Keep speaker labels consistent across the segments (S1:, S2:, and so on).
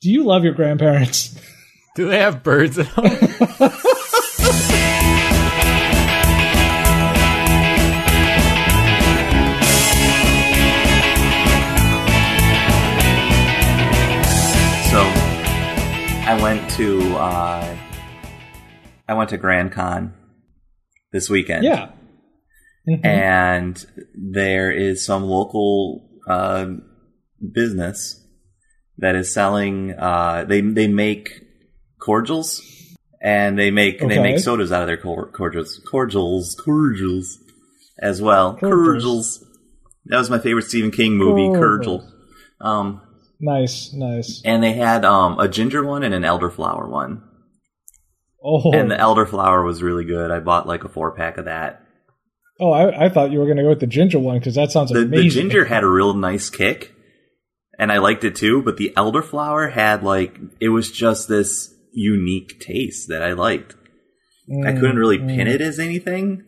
S1: Do you love your grandparents?
S2: Do they have birds at home?
S3: So I went to uh, I went to Grand Con this weekend.
S1: Yeah. Mm-hmm.
S3: and there is some local uh, business that is selling. Uh, they they make cordials and they make they
S1: Okay.
S3: make sodas out of their cor- cordials cordials cordials as well
S1: Cordials.
S3: cordials. That was my favorite Stephen King movie,
S1: Cordials.
S3: Cordial. Um,
S1: Nice, nice.
S3: and they had um, a ginger one and an elderflower one.
S1: Oh,
S3: And the elderflower was really good. I bought like a four pack of that.
S1: oh, I, I thought you were going to go with the ginger one because that sounds
S3: The,
S1: amazing.
S3: the ginger had a real nice kick, and I liked it too. But the elderflower had like it was just this unique taste that I liked. I couldn't really
S1: Mm-hmm.
S3: pin it as anything.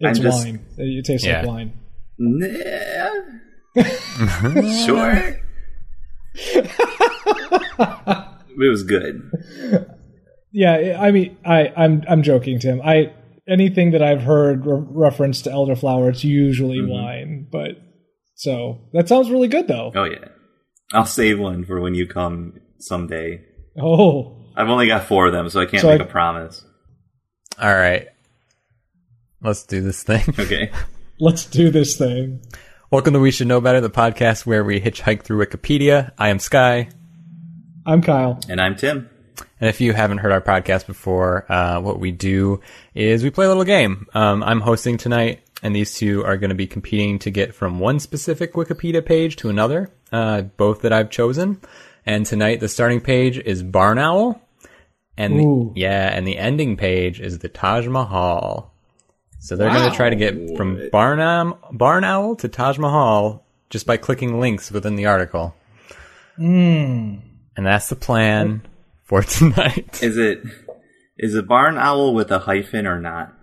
S1: Mm, It's
S3: I'm just-
S1: wine. It tastes like
S2: Yeah.
S1: wine.
S3: Nah. sure. it was good.
S1: Yeah, I I mean, I, I'm I'm joking, Tim. I anything that I've heard re- reference to elderflower, it's usually
S3: Mm-hmm.
S1: wine. But so that sounds really good, though.
S3: Oh yeah. I'll save one for when you come someday.
S1: Oh,
S3: I've only got four of them, so I can't
S1: So
S3: make
S1: I-
S3: a promise.
S2: All right. Let's do this thing.
S3: Okay.
S1: let's do this thing.
S2: Welcome to We Should Know Better, the podcast where we hitchhike through Wikipedia. I am Sky.
S1: I'm Kyle.
S3: And I'm Tim.
S2: And if you haven't heard our podcast before, uh, what we do is we play a little game. Um, I'm hosting tonight, and these two are going to be competing to get from one specific Wikipedia page to another, uh, both that I've chosen. And tonight, the starting page is Barn Owl, and the,
S1: Ooh.
S2: yeah, and the ending page is the Taj Mahal. So they're going to try to get from Barn Owl, Barn Owl to Taj Mahal just by clicking links within the article.
S1: Hmm.
S2: And that's the plan for tonight.
S3: Is it is a barn owl with a hyphen or not?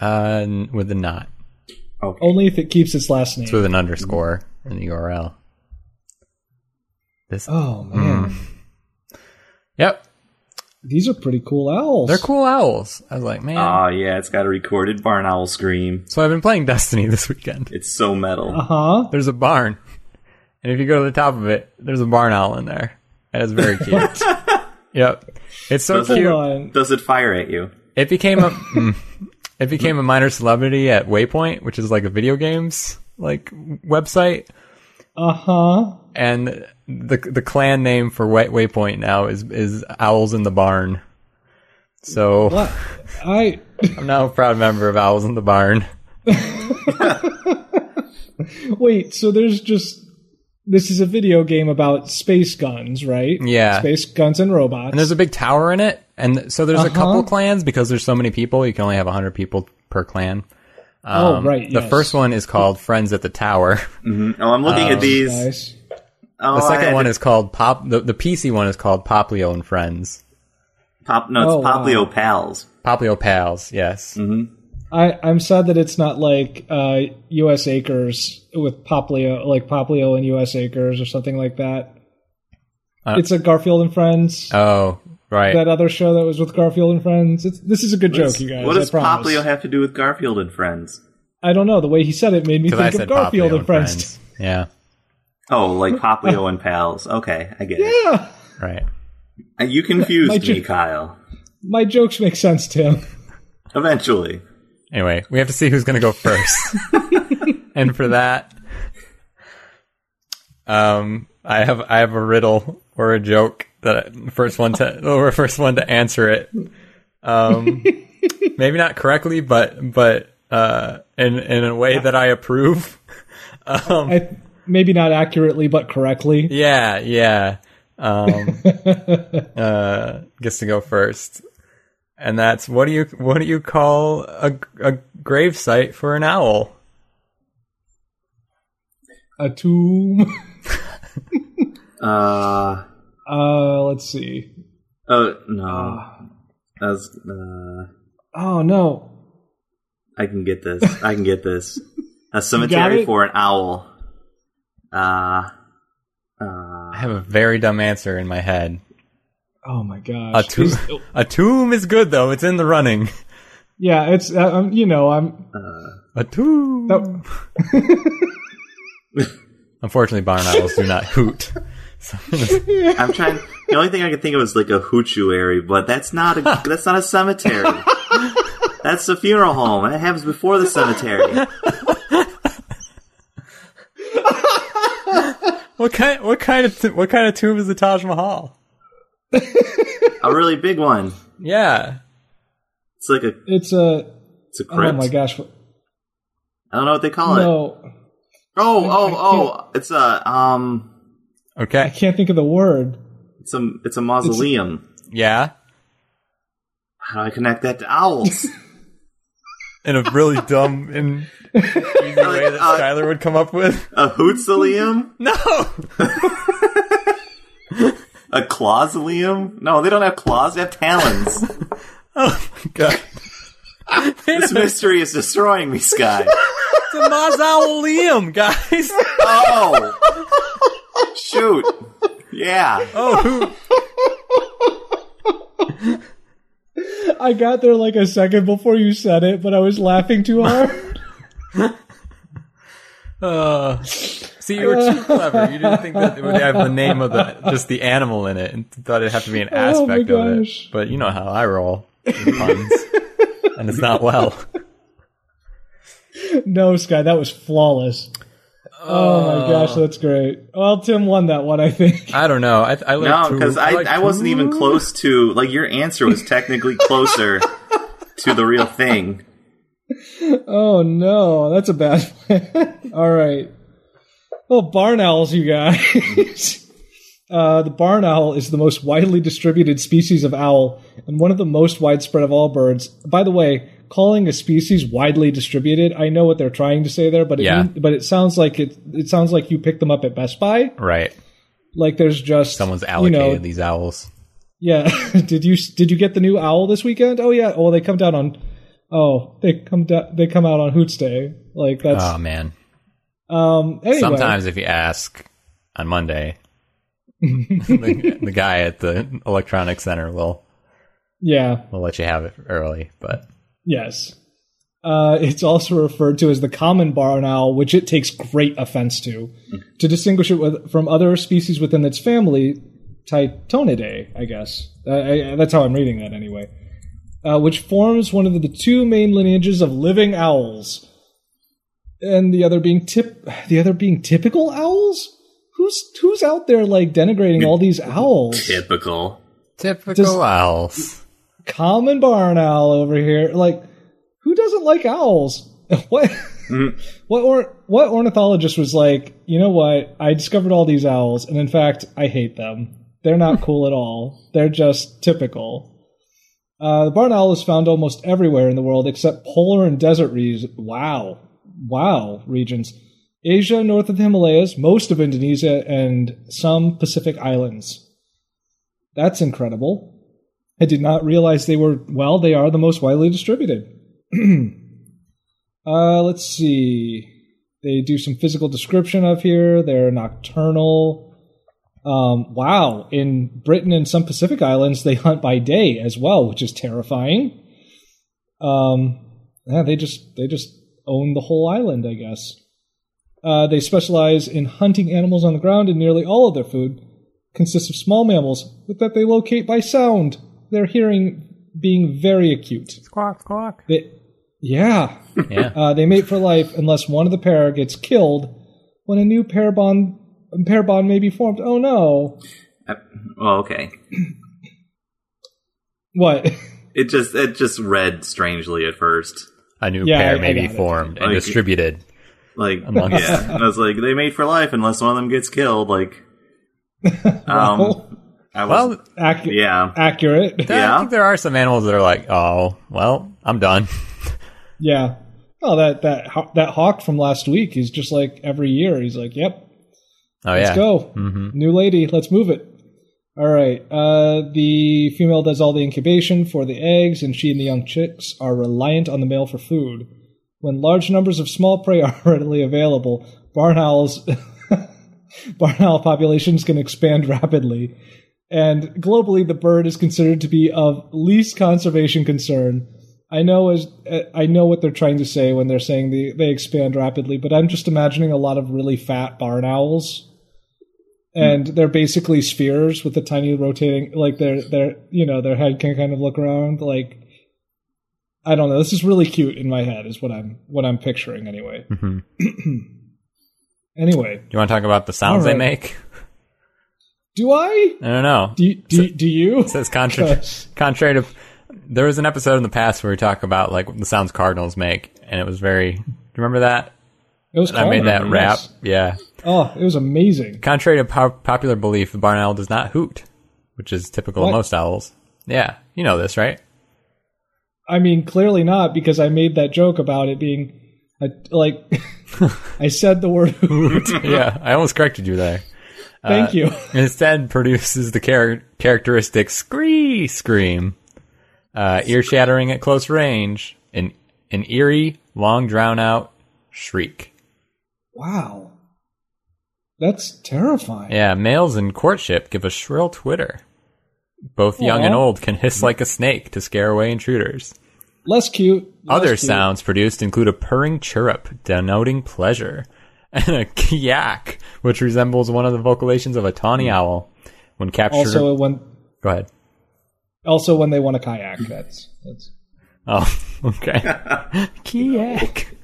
S2: Uh, n- with a not.
S3: Okay.
S1: Only if it keeps its last
S2: It's
S1: name.
S2: with an underscore in the URL. This.
S1: Oh man,
S2: Mm. Yep,
S1: these are pretty cool owls.
S2: they're cool owls. I was like, man.
S3: Oh yeah, it's got a recorded barn owl scream.
S2: so I've been playing Destiny this weekend.
S3: It's so metal.
S1: Uh huh.
S2: There's a barn, and if you go to the top of it, there's a barn owl in there, and it's very cute. yep, it's so
S3: Does it-
S2: cute.
S1: Hold on.
S3: Does it fire at you?
S2: It became a mm. it became a minor celebrity at Waypoint, which is like a video games like website.
S1: Uh huh.
S2: and the the clan name for Way- Waypoint now is is Owls in the Barn. So
S1: What? I
S2: I'm now a proud member of Owls in the Barn.
S1: wait. So there's just this is a video game about space guns, right?
S2: Yeah.
S1: Space guns and robots.
S2: And there's a big tower in it, and so there's a couple clans because there's so many people. You can only have 100 people per clan.
S1: oh right.
S2: The
S1: yes.
S2: first one is called Friends at the Tower.
S3: Oh, I'm looking at these.
S1: Nice.
S3: Oh,
S2: The
S3: I had
S2: second one
S3: to-
S2: is called Pop. The, the PC one is called Poplio and Friends.
S3: Pop. No, it's
S1: Oh, wow.
S3: Poplio Pals.
S2: Poplio Pals, yes.
S3: Mm-hmm.
S1: I, I'm sad that it's not like uh, U.S. Acres with Poplio, like Poplio and U.S. Acres or something like that.
S2: Uh,
S1: it's a Garfield and Friends.
S2: Oh, right.
S1: that other show that was with Garfield and Friends. It's, this is a good joke, you guys.
S3: what does
S1: I promise.
S3: Poplio have to do with Garfield and Friends?
S1: I don't know. The way he said it made me
S2: Because I
S1: think
S2: said
S1: of Garfield
S2: Poplio
S1: and Friends.
S2: Yeah,
S3: Oh, like Poplio and Pals. Okay, I get it.
S1: Yeah,
S2: right.
S3: Uh, You confused
S1: My
S3: me,
S1: ju-
S3: Kyle.
S1: my jokes make sense, Tim.
S3: Eventually,
S2: Anyway, we have to see who's going to go first. and for that, um, I have I have a riddle or a joke that I, first one to or first one to answer it. Um, maybe not correctly, but but uh, in in a way that I approve. Um,
S1: I, maybe not accurately, but correctly.
S2: yeah, yeah. Um, uh, gets to go first, and that's what do you what do you call a a grave site for an owl?
S1: A tomb.
S3: uh,
S1: Uh, let's see. Uh,
S3: oh
S1: Ah.
S3: no, that's uh,
S1: Oh no.
S3: I can get this. I can get this. A
S1: got
S3: cemetery
S1: it?
S3: for an owl. Uh, uh,
S2: I have a very dumb answer in my head.
S1: Oh my gosh.
S2: A tomb,
S1: It's-
S2: a tomb is good though. It's in the running.
S1: yeah, it's uh, um, you know I'm
S2: A tomb.
S1: That-
S2: Unfortunately, barn owls do not hoot. So I'm gonna
S3: I'm trying. The only thing I could think of was like a hoochuary, but that's not a that's not a cemetery. that's a funeral home, and it happens before the cemetery.
S2: What kind? What kind of? T- what kind of tomb is the Taj Mahal?
S3: A really big one.
S2: Yeah,
S3: It's like a
S1: it's a
S3: it's a crypt.
S1: oh my gosh
S3: I don't know what they call it.
S1: no
S3: Oh oh oh! It's a um,
S1: I
S2: Okay.
S1: can't think of the word.
S3: it's a it's a mausoleum.
S2: Yeah.
S3: How do I connect that to owls?
S2: In a really dumb and easy way that
S3: Uh,
S2: Skylar would come up with.
S3: a hootsolium?
S2: No.
S3: A clausolium? No, they don't have claws. They have talons.
S2: Oh my god.
S3: this mystery is destroying me, Sky.
S2: It's a mausoleum, guys.
S3: Oh, shoot! Yeah.
S2: Oh, who?
S1: I got there like a second before you said it, but I was laughing too hard.
S2: Uh, see, you were too clever. You didn't think that it would have the name of the just the animal in it, and thought it'd have to be an
S1: Oh my
S2: aspect of it.
S1: gosh.
S2: But you know how I roll with puns, and it's not well.
S1: no, Sky, that was flawless. Oh
S2: Uh.
S1: my gosh, that's great. Well, Tim won that one, I think.
S2: I don't know. I, I like
S3: No, because
S2: tomb-
S3: I, I,
S2: like
S3: wasn't even
S2: tomb.
S3: close to like your answer was technically closer to the real thing.
S1: Oh no, that's a bad one. All right. Well, barn owls, you guys. uh, the barn owl is the most widely distributed species of owl and one of the most widespread of all birds. By the way, calling a species widely distributed, I know what they're trying to say there, but it
S2: Yeah.
S1: mean- but it sounds like it it sounds like you picked them up at Best Buy.
S2: Right.
S1: Like there's just
S2: Someone's
S1: you
S2: allocated
S1: know,
S2: these owls.
S1: Yeah. did you did you get the new owl this weekend? Oh yeah. Oh, they come down on. Oh, they come down. They come out on Hoots Day. Like that's.
S2: Oh man.
S1: um. Anyway.
S2: Sometimes if you ask on Monday, the, the guy at the electronics center will
S1: Yeah.
S2: will let you have it early. But
S1: Yes. Uh, it's also referred to as the common barn owl, which it takes great offense to. To distinguish it with, from other species within its family, Titonidae, I guess. Uh, I, I- that's how I'm reading that anyway. Uh, which forms one of the two main lineages of living owls, and the other being tip, the other being typical owls. Who's who's out there like denigrating all these owls?
S3: Typical.
S2: typical
S1: Does-
S2: owls.
S1: common barn owl over here. Like, who doesn't like owls? What? What or what ornithologist was like? You know what? I discovered all these owls, and in fact, I hate them. They're not cool at all. They're just typical. Uh, the barn owl is found almost everywhere in the world except polar and desert regions. Wow, wow regions. Asia, north of the Himalayas, most of Indonesia, and some Pacific islands. That's incredible. I did not realize they were, well, they are the most widely distributed. uh, let's see. They do some physical description of here. They're nocturnal. Um, wow. In Britain and some Pacific islands, they hunt by day as well, which is terrifying. Um, yeah, they just they just own the whole island, I guess. Uh, they specialize in hunting animals on the ground, and nearly all of their food consists of small mammals but that they locate by sound, their hearing being very acute.
S2: Squawk, squawk.
S1: They, yeah,
S2: Yeah.
S1: uh, they mate for life unless one of the pair gets killed when a new pair bond pair bond may be formed. Oh no!
S3: Uh, Well, okay.
S1: What?
S3: It just it just read strangely at first.
S2: A new
S1: Yeah,
S2: pair
S1: I-
S2: may
S1: I
S2: be
S1: got it.
S2: formed and
S3: Like-
S2: distributed.
S3: Like
S2: Amongst-
S3: yeah, And I was like they made for life unless one of them gets killed. Like um,
S1: Well.
S3: I was
S2: Well,
S1: Ac-
S3: yeah.
S1: Accurate.
S2: there, I
S3: Yeah.
S2: think there are some animals that are like, oh, well, I'm done.
S1: Yeah. Oh, that that haw- that hawk from last week. He's just like every year. He's like, "Yep,
S2: Oh
S1: let's
S2: yeah.
S1: go,
S2: Mhm.
S1: new lady. Let's move it." All right. Uh, the female does all the incubation for the eggs, and she and the young chicks are reliant on the male for food. When large numbers of small prey are readily available, barn owls barn owl populations can expand rapidly. And globally, the bird is considered to be of least conservation concern. I know as I know what they're trying to say when they're saying they, they expand rapidly, but I'm just imagining a lot of really fat barn owls,
S2: Mm.
S1: and they're basically spheres with a tiny rotating like their their you know their head can kind of look around like I don't know. This is really cute in my head is what I'm what I'm picturing anyway.
S2: Mhm.
S1: Anyway,
S2: You want to talk about the sounds
S1: All right.
S2: they make?
S1: do I?
S2: I don't know.
S1: Do you, do, you- do you?
S2: It says contrary, contrary to. There was an episode in the past where we talk about like the sounds cardinals make, and it was very. Do you remember that?
S1: It was
S2: I made that
S1: Colin,
S2: rap.
S1: yes.
S2: Yeah.
S1: Oh, it was amazing.
S2: Contrary to po- popular belief, the barn owl does not hoot, which is typical of
S1: What?
S2: most owls. Yeah, you know this, right?
S1: I mean, clearly not because I made that joke about it being a, like I said the word.
S2: yeah, I almost corrected you there. Uh,
S1: Thank you.
S2: And instead produces the char- characteristic scree scream, uh, ear shattering at close range, an an eerie, long drawn out shriek.
S1: Wow, that's terrifying.
S2: Yeah, males in courtship give a shrill twitter. Both young and
S1: Aw.
S2: old can hiss like a snake to scare away intruders.
S1: Less cute. less
S2: Other
S1: cute.
S2: sounds produced include a purring chirrup denoting pleasure, and a kiak, which resembles one of the vocalizations of a tawny owl. When captured,
S1: Hmm. Also when
S2: go ahead.
S1: also when they want a kayak.
S2: Mm-hmm.
S1: That's that's.
S2: Oh, okay. Kiak.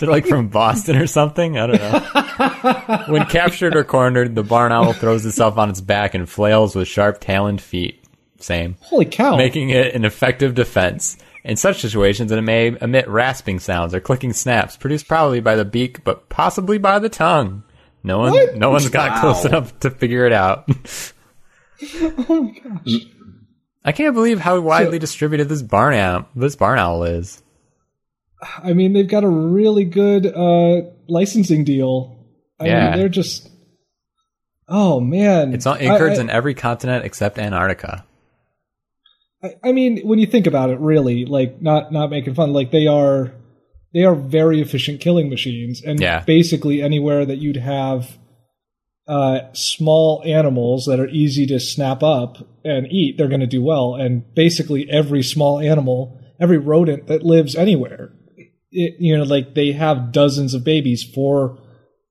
S2: They're like from Boston or something. I don't know. when captured or cornered, the barn owl throws itself on its back and flails with sharp taloned feet. Same.
S1: Holy cow!
S2: Making it an effective defense. In such situations, it may emit rasping sounds or clicking snaps, produced probably by the beak, but possibly by the tongue. No one,
S1: What?
S2: no one's got
S3: Wow.
S2: close enough to figure it out.
S1: oh my gosh!
S2: I can't believe how widely distributed this barn owl, this barn owl is.
S1: I mean, they've got a really good uh, licensing deal. I
S2: Yeah.
S1: mean, they're just. Oh man,
S2: It's on, it
S1: I-
S2: occurs
S1: I-
S2: in every continent except Antarctica.
S1: I, I mean, when you think about it, really, like not not making fun, like they are they are very efficient killing machines, and
S2: Yeah.
S1: basically anywhere that you'd have uh, small animals that are easy to snap up and eat, they're going to do well. And basically, every small animal, every rodent that lives anywhere, it, you know, like they have dozens of babies for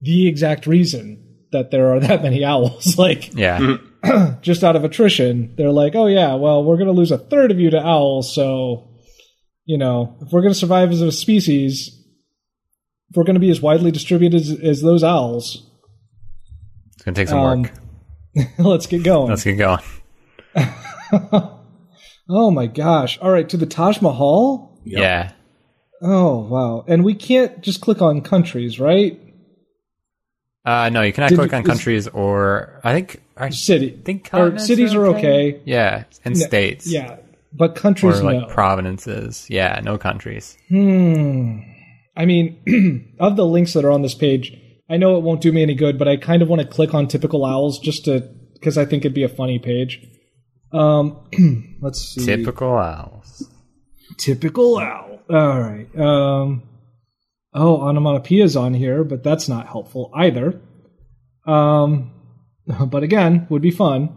S1: the exact reason that there are that many owls. like
S2: Yeah.
S1: Hmm. just out of attrition, they're like, oh yeah, well, we're going to lose a third of you to owls, so, you know, if we're going to survive as a species, if we're going to be as widely distributed as, as those owls,
S2: It's going to take some
S1: Um,
S2: work.
S1: let's get going.
S2: Let's get going.
S1: oh my gosh. All right, to the Taj Mahal?
S3: Yep.
S2: Yeah.
S1: Oh, wow. And we can't just click on countries, right?
S2: Uh, no, you cannot
S1: Did
S2: click
S1: you-
S2: on
S1: is-
S2: countries or I think I
S1: City.
S2: think
S1: Or
S2: continents
S1: cities are okay.
S2: Yeah, and
S1: Yeah.
S2: states.
S1: Yeah. But
S2: Or
S1: countries,
S2: like
S1: no.
S2: provinces. Yeah, no countries.
S1: Hmm. I mean, of the links that are on this page, I know it won't do me any good, but I kind of want to click on typical owls just to because I think it'd be a funny page. Um, let's see.
S2: Typical owls.
S1: typical owl. All right. Um, oh, onomatopoeia's on here, but that's not helpful either. Um, but again, would be fun.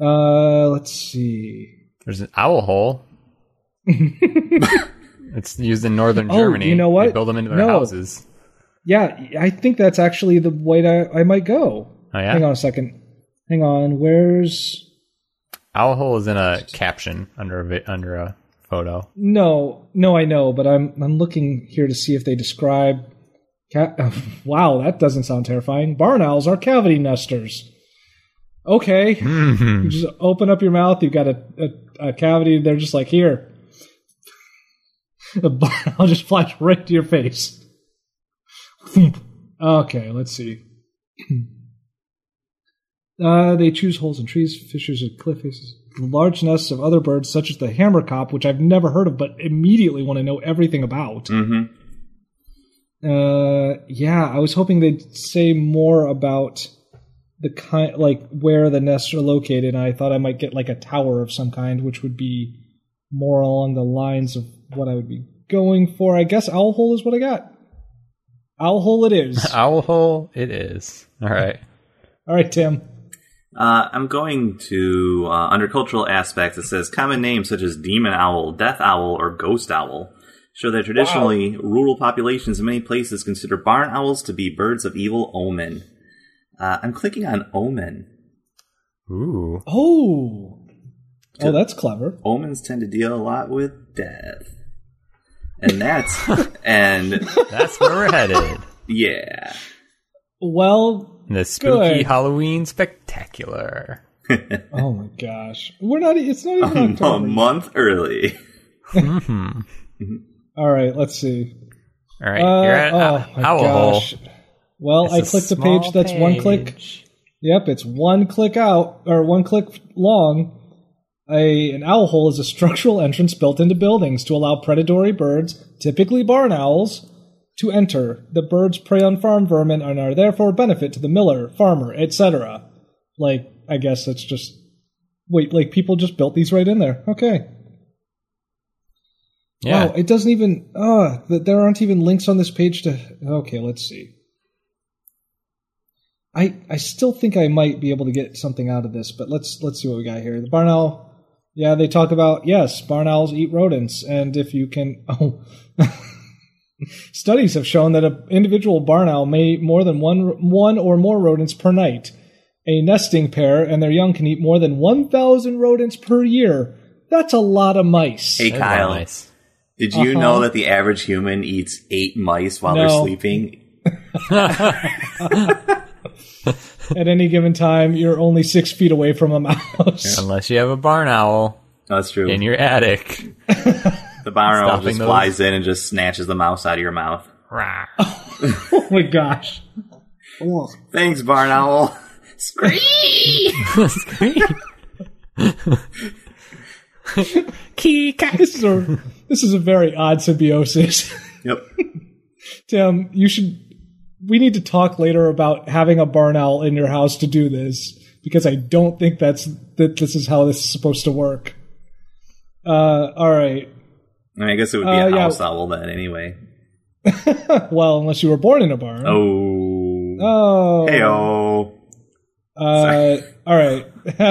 S1: Uh, let's see.
S2: There's an owl hole. it's used in northern
S1: Oh,
S2: Germany.
S1: you know what?
S2: They build them into their
S1: No.
S2: houses.
S1: Yeah, I think that's actually the way that I might go.
S2: Oh yeah.
S1: Hang on a second. Hang on. Where's
S2: Owl hole is in a caption under a vi- under a photo.
S1: no? No, I know, but I'm I'm looking here to see if they describe. Ca- wow, that doesn't sound terrifying. Barn owls are cavity nesters. Okay,
S2: Hmm.
S1: you just open up your mouth. You've got a, a, a cavity. They're just like here. The barn owl just flies right to your face. okay, let's see. Uh, they choose holes in trees, fissures, and cliff faces. Large nests of other birds, such as the hammercop, which I've never heard of but immediately want to know everything about.
S3: Mm-hmm.
S1: Uh, yeah, I was hoping they'd say more about the kind, like where the nests are located. And I thought I might get like a tower of some kind, which would be more along the lines of what I would be going for. I guess owl hole is what I got. Owl hole it is.
S2: Owl hole it is. All right.
S1: All right, Tim.
S3: Uh, I'm going to uh, under cultural aspects. It says common names such as demon owl, death owl, or ghost owl show that traditionally rural populations in many places consider barn owls to be birds of evil omen. Uh, I'm clicking on omen.
S2: Ooh.
S1: Oh, oh, that's clever.
S3: Omens tend to deal a lot with death, and that's and
S2: That's where we're headed.
S3: yeah.
S1: Well,
S2: The spooky
S1: Good.
S2: Halloween spectacular.
S1: oh my gosh, we're not. It's not
S2: Oh,
S1: even
S3: a
S1: October.
S3: month early.
S2: Mhm.
S1: All right, let's see.
S2: All right. You're at
S1: Uh,
S2: uh, Owl Hole.
S1: Well,
S2: It's
S1: I
S2: a
S1: clicked the
S2: small
S1: page that's one click.
S2: page.
S1: Yep, it's one click out or one click long. A an owl hole is a structural entrance built into buildings to allow predatory birds, typically barn owls, to enter. The birds prey on farm vermin and are therefore a benefit to the miller, farmer, etc. Like, I guess that's just wait, like people just built these right in there. Okay.
S2: Yeah.
S1: Wow, it doesn't even uh th- there aren't even links on this page to Okay, let's see. I I still think I might be able to get something out of this, but let's let's see what we got here. The barn owl yeah, they talk about yes, barn owls eat rodents, and if you can oh studies have shown that an individual barn owl may eat more than one one or more rodents per night. A nesting pair and their young can eat more than one thousand rodents per year. That's a lot of mice.
S3: Hey
S2: There's a lot of
S3: Kyle,
S2: mice.
S3: did you
S1: Uh-huh.
S3: know that the average human eats eight mice while
S1: No.
S3: they're sleeping?
S1: at any given time, you're only six feet away from a mouse.
S2: Unless you have a barn owl
S3: That's true.
S2: in your attic.
S3: the barn owl
S2: Stopping
S3: just
S2: those.
S3: flies in and just snatches the mouse out of your mouth.
S2: Rah.
S1: oh my gosh.
S3: Thanks, barn owl. Scream!
S2: Scream. Key cat.
S1: This is a this is a very odd symbiosis.
S3: Yep.
S1: Tim, you should we need to talk later about having a barn owl in your house to do this because I don't think that's that this is how this is supposed to work. Uh all right.
S3: I mean, I guess it would be
S1: Uh,
S3: a
S1: yeah.
S3: house owl then, anyway.
S1: Well, unless you were born in a barn.
S3: Oh.
S1: Oh.
S3: Heyo.
S1: Uh, all right.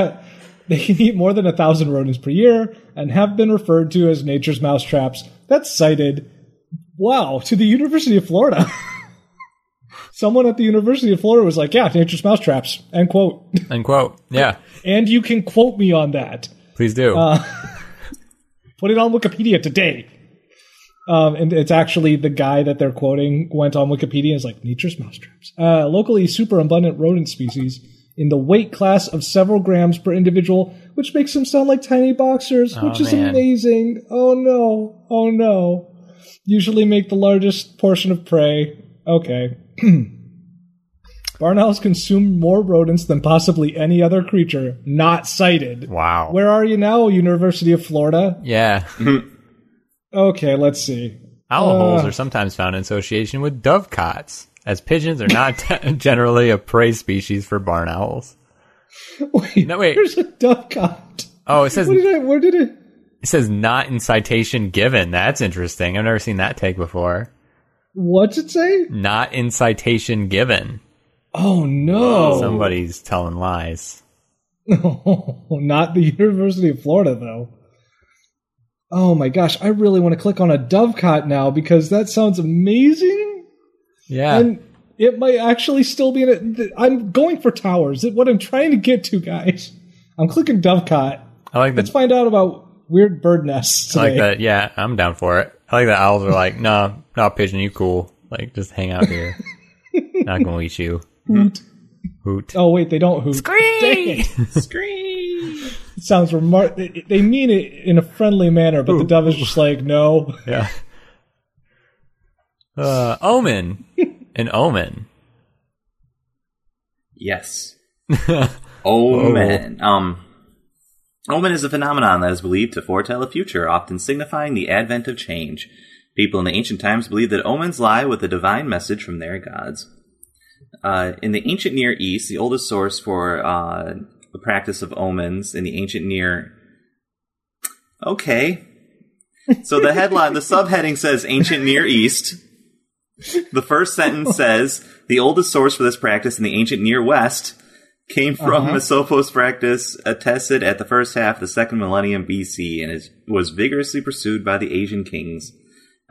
S1: they can eat more than a thousand rodents per year and have been referred to as nature's mousetraps. That's cited. Wow, to the University of Florida. Someone at the University of Florida was like, "Yeah, nature's mousetraps." End quote.
S2: Unquote. Yeah.
S1: And you can quote me on that.
S2: Please do.
S1: Uh, Put it on Wikipedia today. Um, and it's actually the guy that they're quoting went on Wikipedia and is like, nature's mousetraps. Uh, locally superabundant rodent species in the weight class of several grams per individual, which makes them sound like tiny boxers, which is
S2: Oh, man.
S1: amazing. Oh no. Oh no. Usually make the largest portion of prey. Okay. Barn owls consume more rodents than possibly any other creature. Not cited.
S2: wow.
S1: Where are you now, University of Florida?
S2: yeah.
S1: Okay, let's see.
S2: Owl
S1: Uh,
S2: holes are sometimes found in association with dovecots, as pigeons are not generally a prey species for barn owls.
S1: Wait,
S2: No, wait.
S1: There's a dovecot.
S2: Oh, it says
S1: What did I? Where did it?
S2: it says not in citation given. That's interesting. I've never seen that tag before.
S1: What's it say?
S2: Not in citation given.
S1: Oh no!
S2: Somebody's telling lies.
S1: Not the University of Florida though. Oh my gosh! I really want to click on a dovecot now because that sounds amazing,
S2: Yeah.
S1: and it might actually still be in it. I'm going for towers. What I'm trying to get to, guys. I'm clicking dovecot.
S2: I like
S1: Let's
S2: the
S1: find out about weird bird nests.
S2: I like
S1: today.
S2: that. Yeah, I'm down for it. I like that owls are like, no, no pigeon, you cool. Like just hang out here. not gonna eat you.
S1: Hoot.
S2: Hoot.
S1: Oh wait, they don't hoot. Dang it.
S3: Scream!
S1: It sounds remar- they, they mean it in a friendly manner, but the dove is just like, no.
S2: Yeah. Uh, omen. An omen.
S3: Yes. Omen. Um, omen is a phenomenon that is believed to foretell the future, often signifying the advent of change. People in the ancient times believed that omens lie with a divine message from their gods. Uh, in the ancient Near East, the oldest source for uh, the practice of omens in the ancient Near. Okay. So the headline, the subheading says Ancient Near East. The first sentence says the oldest source for this practice in the ancient Near West came from
S1: Uh-huh.
S3: Mesopos practice attested at the first half of the second millennium BC and is, was vigorously pursued by the Asian kings.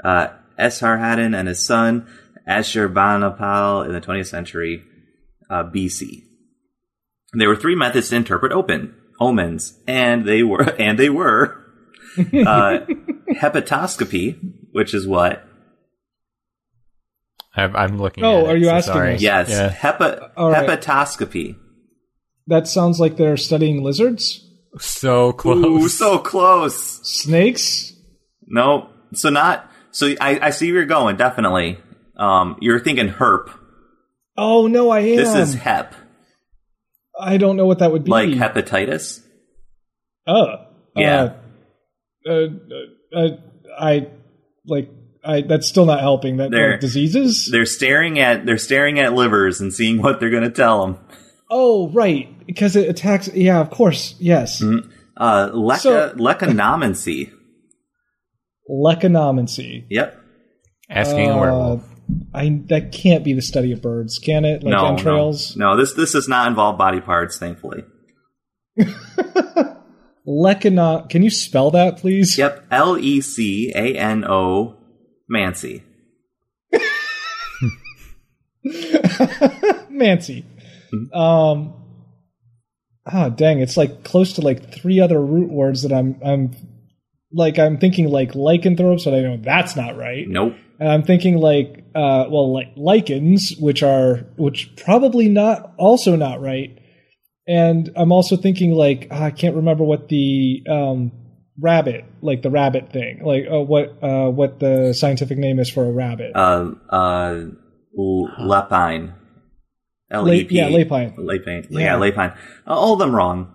S3: Uh, Esarhaddon and his son Ashurbanipal in the 20th century uh, BC. There were three methods to interpret open omens, and they were and they were uh, hepatoscopy, which is what
S2: I've, I'm looking.
S1: Oh,
S2: at it,
S1: are you
S2: so
S1: asking
S2: sorry.
S1: us?
S3: Yes,
S2: Yeah.
S3: hepa-
S1: All right.
S3: hepatoscopy.
S1: That sounds like they're studying lizards,
S2: So close.
S3: Ooh, so close.
S1: snakes.
S3: No, so not. So I, I see where you're going. Definitely, um, you're thinking herp.
S1: Oh no, I am.
S3: This is hep,
S1: I don't know what that would be.
S3: like hepatitis.
S1: Oh,
S3: Yeah.
S1: Uh, uh, uh, I like. I that's still not helping. That
S3: There.
S1: like, diseases.
S3: They're staring at they're staring at livers and seeing what they're going to tell them.
S1: Oh right, because it attacks. Yeah, of course. Yes.
S3: Uh, leca
S1: So-
S3: lecanomancy.
S1: Lecanomancy.
S3: Yep.
S2: Asking a
S1: Uh,
S2: werewolf.
S1: I that can't be the study of birds, can it? Like
S3: no, no.
S1: entrails.
S3: No, This this does not involve body parts, thankfully.
S1: Lecano- Can you spell that, please?
S3: Yep. L e c a n o mancy.
S1: Mancy.
S3: Mm-hmm.
S1: Um. Ah, dang! It's like close to like three other root words that I'm I'm like I'm thinking like lycanthropes, but I know that's not right.
S3: Nope.
S1: And I'm thinking like uh well like lichens, which are which probably not also not right. And I'm also thinking like ah, I can't remember what the um rabbit like the rabbit thing like uh, what uh what the scientific name is for a rabbit.
S3: uh, uh, l- Lapine. L E
S1: Late,
S3: P.
S1: yeah, lapine.
S3: Lapine. Yeah,
S1: Yeah.
S3: Lapine. Uh, all of them wrong.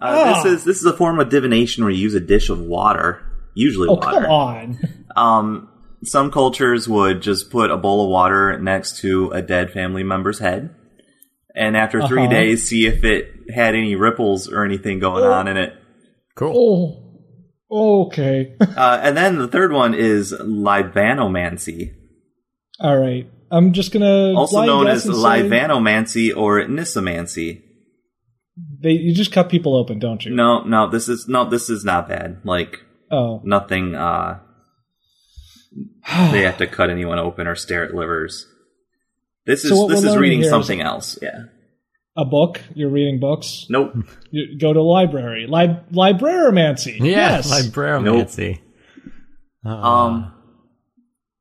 S3: Uh,
S1: Ah.
S3: This is this is a form of divination where you use a dish of water, usually
S1: Oh come
S3: water.
S1: on!
S3: Um, some cultures would just put a bowl of water next to a dead family member's head, and after three
S1: Uh-huh.
S3: days, see if it had any ripples or anything going on in it.
S2: Cool.
S1: Oh, okay.
S3: Uh, and then the third one is libanomancy,
S1: All right. I'm just gonna
S3: also
S1: blind
S3: known
S1: guess
S3: as
S1: and say
S3: libanomancy or nisomancy.
S1: They you just cut people open, don't you?
S3: No, no, this is no, this is not bad. Like
S1: Oh.
S3: nothing. uh They have to cut anyone open or stare at livers. This is
S1: So what
S3: this
S1: we're
S3: is
S1: learning
S3: reading
S1: here is-
S3: something else. Yeah.
S1: A book? You're reading books?
S3: Nope.
S1: You go to a library. Lib- libraromancy.
S2: Yeah,
S1: yes.
S2: Librariancy. Uh,
S3: Um.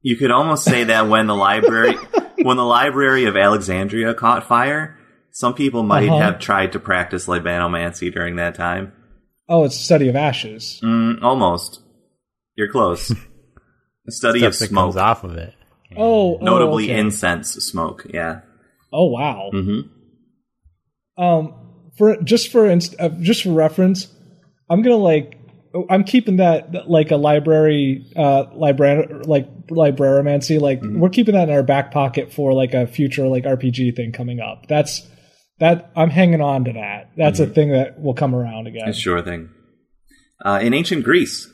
S3: You could almost say that when the library when the library of Alexandria caught fire, some people might
S1: Uh-huh.
S3: have tried to practice libanomancy during that time.
S1: oh, it's study of ashes.
S3: Mm, almost. You're close. A study of
S2: stuff that
S3: smoke,
S2: comes off of it.
S1: Oh, oh,
S3: notably
S1: okay.
S3: incense smoke. Yeah.
S1: Oh wow.
S3: hmm
S1: Um, for just for inst- uh, just for reference, I'm gonna like I'm keeping that like a library uh libra- like libraromancy like
S3: Mm.
S1: we're keeping that in our back pocket for like a future like RPG thing coming up. That's that I'm hanging on to that. That's
S3: Mm-hmm.
S1: a thing that will come around again.
S3: Sure thing. Uh, in ancient Greece,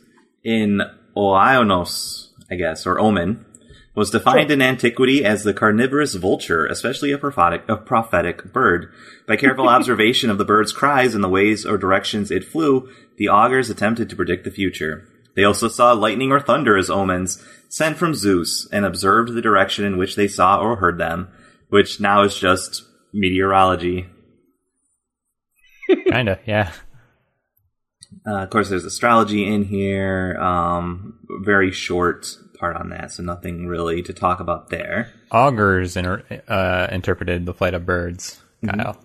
S3: in Oionos, I guess, or Omen, was defined in antiquity as the carnivorous vulture, especially a prophetic, a prophetic bird. By careful observation of the bird's cries and the ways or directions it flew, the augurs attempted to predict the future. They also saw lightning or thunder as omens sent from Zeus and observed the direction in which they saw or heard them, which now is just meteorology.
S2: Kinda, yeah.
S3: Uh, of course, there's astrology in here. Um, very short part on that, so nothing really to talk about there.
S2: Augurs inter- uh, interpreted the flight of birds.
S3: Mm-hmm.
S2: Kyle.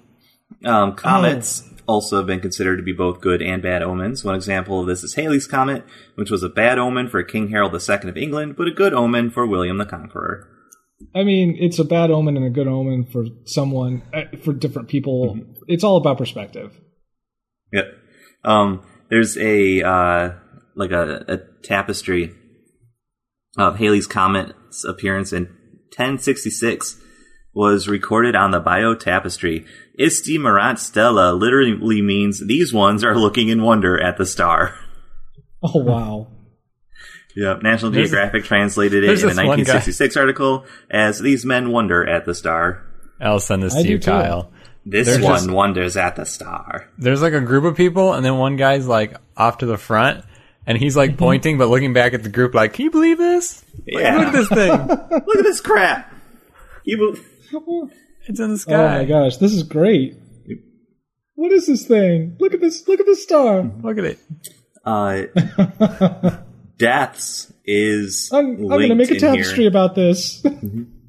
S3: Um, comets also have been considered to be both good and bad omens. One example of this is Halley's Comet, which was a bad omen for King Harold II of England, but a good omen for William the Conqueror.
S1: I mean, it's a bad omen and a good omen for someone uh, for different people. It's all about perspective.
S3: Yep. Um, there's a uh, like a, a tapestry of Halley's comet's appearance in 1066 was recorded on the bio tapestry. Isti Marat Stella literally means these ones are looking in wonder at the star.
S1: Oh wow.
S3: Yeah, National
S2: There's-
S3: Geographic translated it
S2: there's
S3: in a
S2: this one guy.
S3: 1966 article as "These men wonder at the star."
S2: I'll send this
S1: I
S2: to you,
S1: do too.
S2: Kyle.
S3: This
S2: They're
S3: one
S2: just-
S3: wonders at the star.
S2: There's like a group of people, and then one guy's like off to the front, and he's
S1: Mm-hmm.
S2: like pointing but looking back at the group, like, "Can you believe this? Like,
S3: Yeah.
S2: Look at this thing!
S3: Look at this crap. You will-
S2: It's in the
S1: Oh
S2: sky.
S1: my gosh, this is great. What is this thing? Look at this! Look at this star.
S2: Look at it!
S3: uh, deaths is.
S1: I'm, I'm going to make
S3: linked
S1: a
S3: in here.
S1: tapestry about this.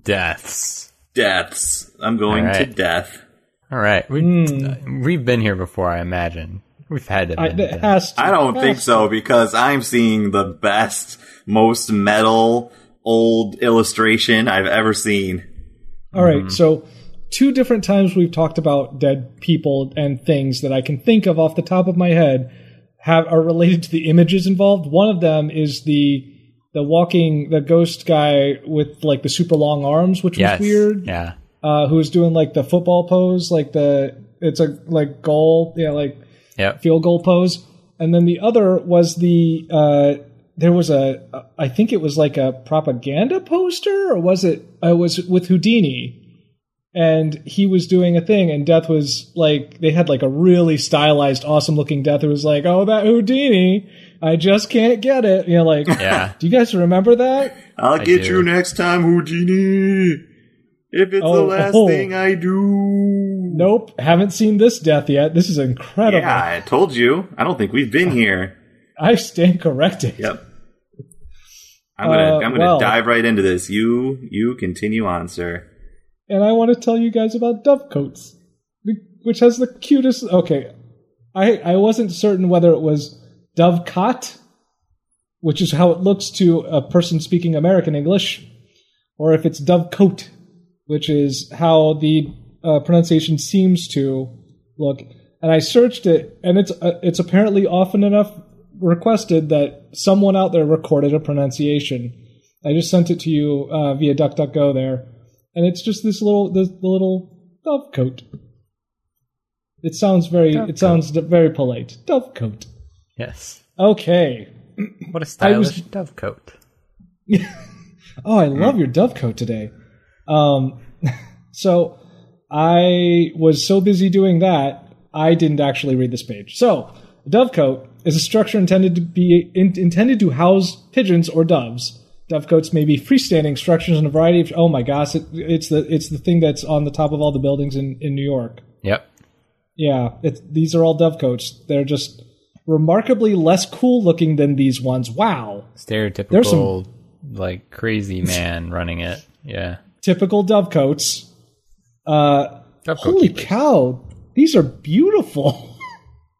S2: Deaths.
S3: Deaths. I'm going
S2: All
S3: to
S2: right.
S3: death.
S2: All right, we we've been here before, I imagine. We've had to.
S1: Hmm. I,
S2: have been
S1: it
S2: to death.
S1: has to.
S3: I don't
S1: It
S3: think
S1: has
S3: so because I'm seeing the best, most metal old illustration I've ever seen.
S1: All
S2: Mm-hmm.
S1: right, so two different times we've talked about dead people and things that I can think of off the top of my head have are related to the images involved. One of them is the the walking the ghost guy with like the super long arms, which
S2: Yes.
S1: was weird.
S2: Yeah.
S1: Uh, who was doing like the football pose, like the it's a like goal, yeah, like
S2: Yep.
S1: field goal pose. And then the other was the uh, there was a I think it was like a propaganda poster or was it uh, was it with Houdini, and he was doing a thing and Death was like they had like a really stylized, awesome looking Death who was like, oh that Houdini, I just can't get it. You know, like
S2: Yeah.
S1: do you guys remember that?
S3: I'll
S2: I
S3: get
S2: do.
S3: you next time, Houdini. If it's the
S1: Oh,
S3: last
S1: oh.
S3: thing I do.
S1: Nope, haven't seen this Death yet. This is incredible.
S3: Yeah, I told you. I don't think we've been here.
S1: I stand corrected.
S3: Yep. I'm gonna
S1: Uh,
S3: I'm gonna
S1: well.
S3: dive right into this. You you continue on, sir.
S1: and I want to tell you guys about Dovecoats, which has the cutest. Okay, I I wasn't certain whether it was dovecot, which is how it looks to a person speaking American English, or if it's dovecoat, which is how the uh, pronunciation seems to look. And I searched it, and it's uh, it's apparently often enough requested that someone out there recorded a pronunciation. I just sent it to you uh, via DuckDuckGo there and it's just this little this little dove coat. It sounds very it sounds very polite. Dove coat.
S2: Yes.
S1: Okay.
S2: What a
S1: I was-
S2: stylish dove coat.
S1: Oh, I love your dove coat today. Um, so I was so busy doing that I didn't actually read this page. So a dove coat is a structure intended to be in, intended to house pigeons or doves. Dovecotes may be freestanding structures in a variety of. Oh my gosh, it, it's the it's the thing that's on the top of all the buildings in, in New York.
S2: Yep.
S1: Yeah, it, these are all dovecoats. They're just remarkably less cool looking than these ones. Wow,
S2: Stereotypical, like crazy man running it. Yeah.
S1: typical dovecoats. Uh,
S2: Dove coat
S1: holy
S2: keepers.
S1: cow, these are beautiful.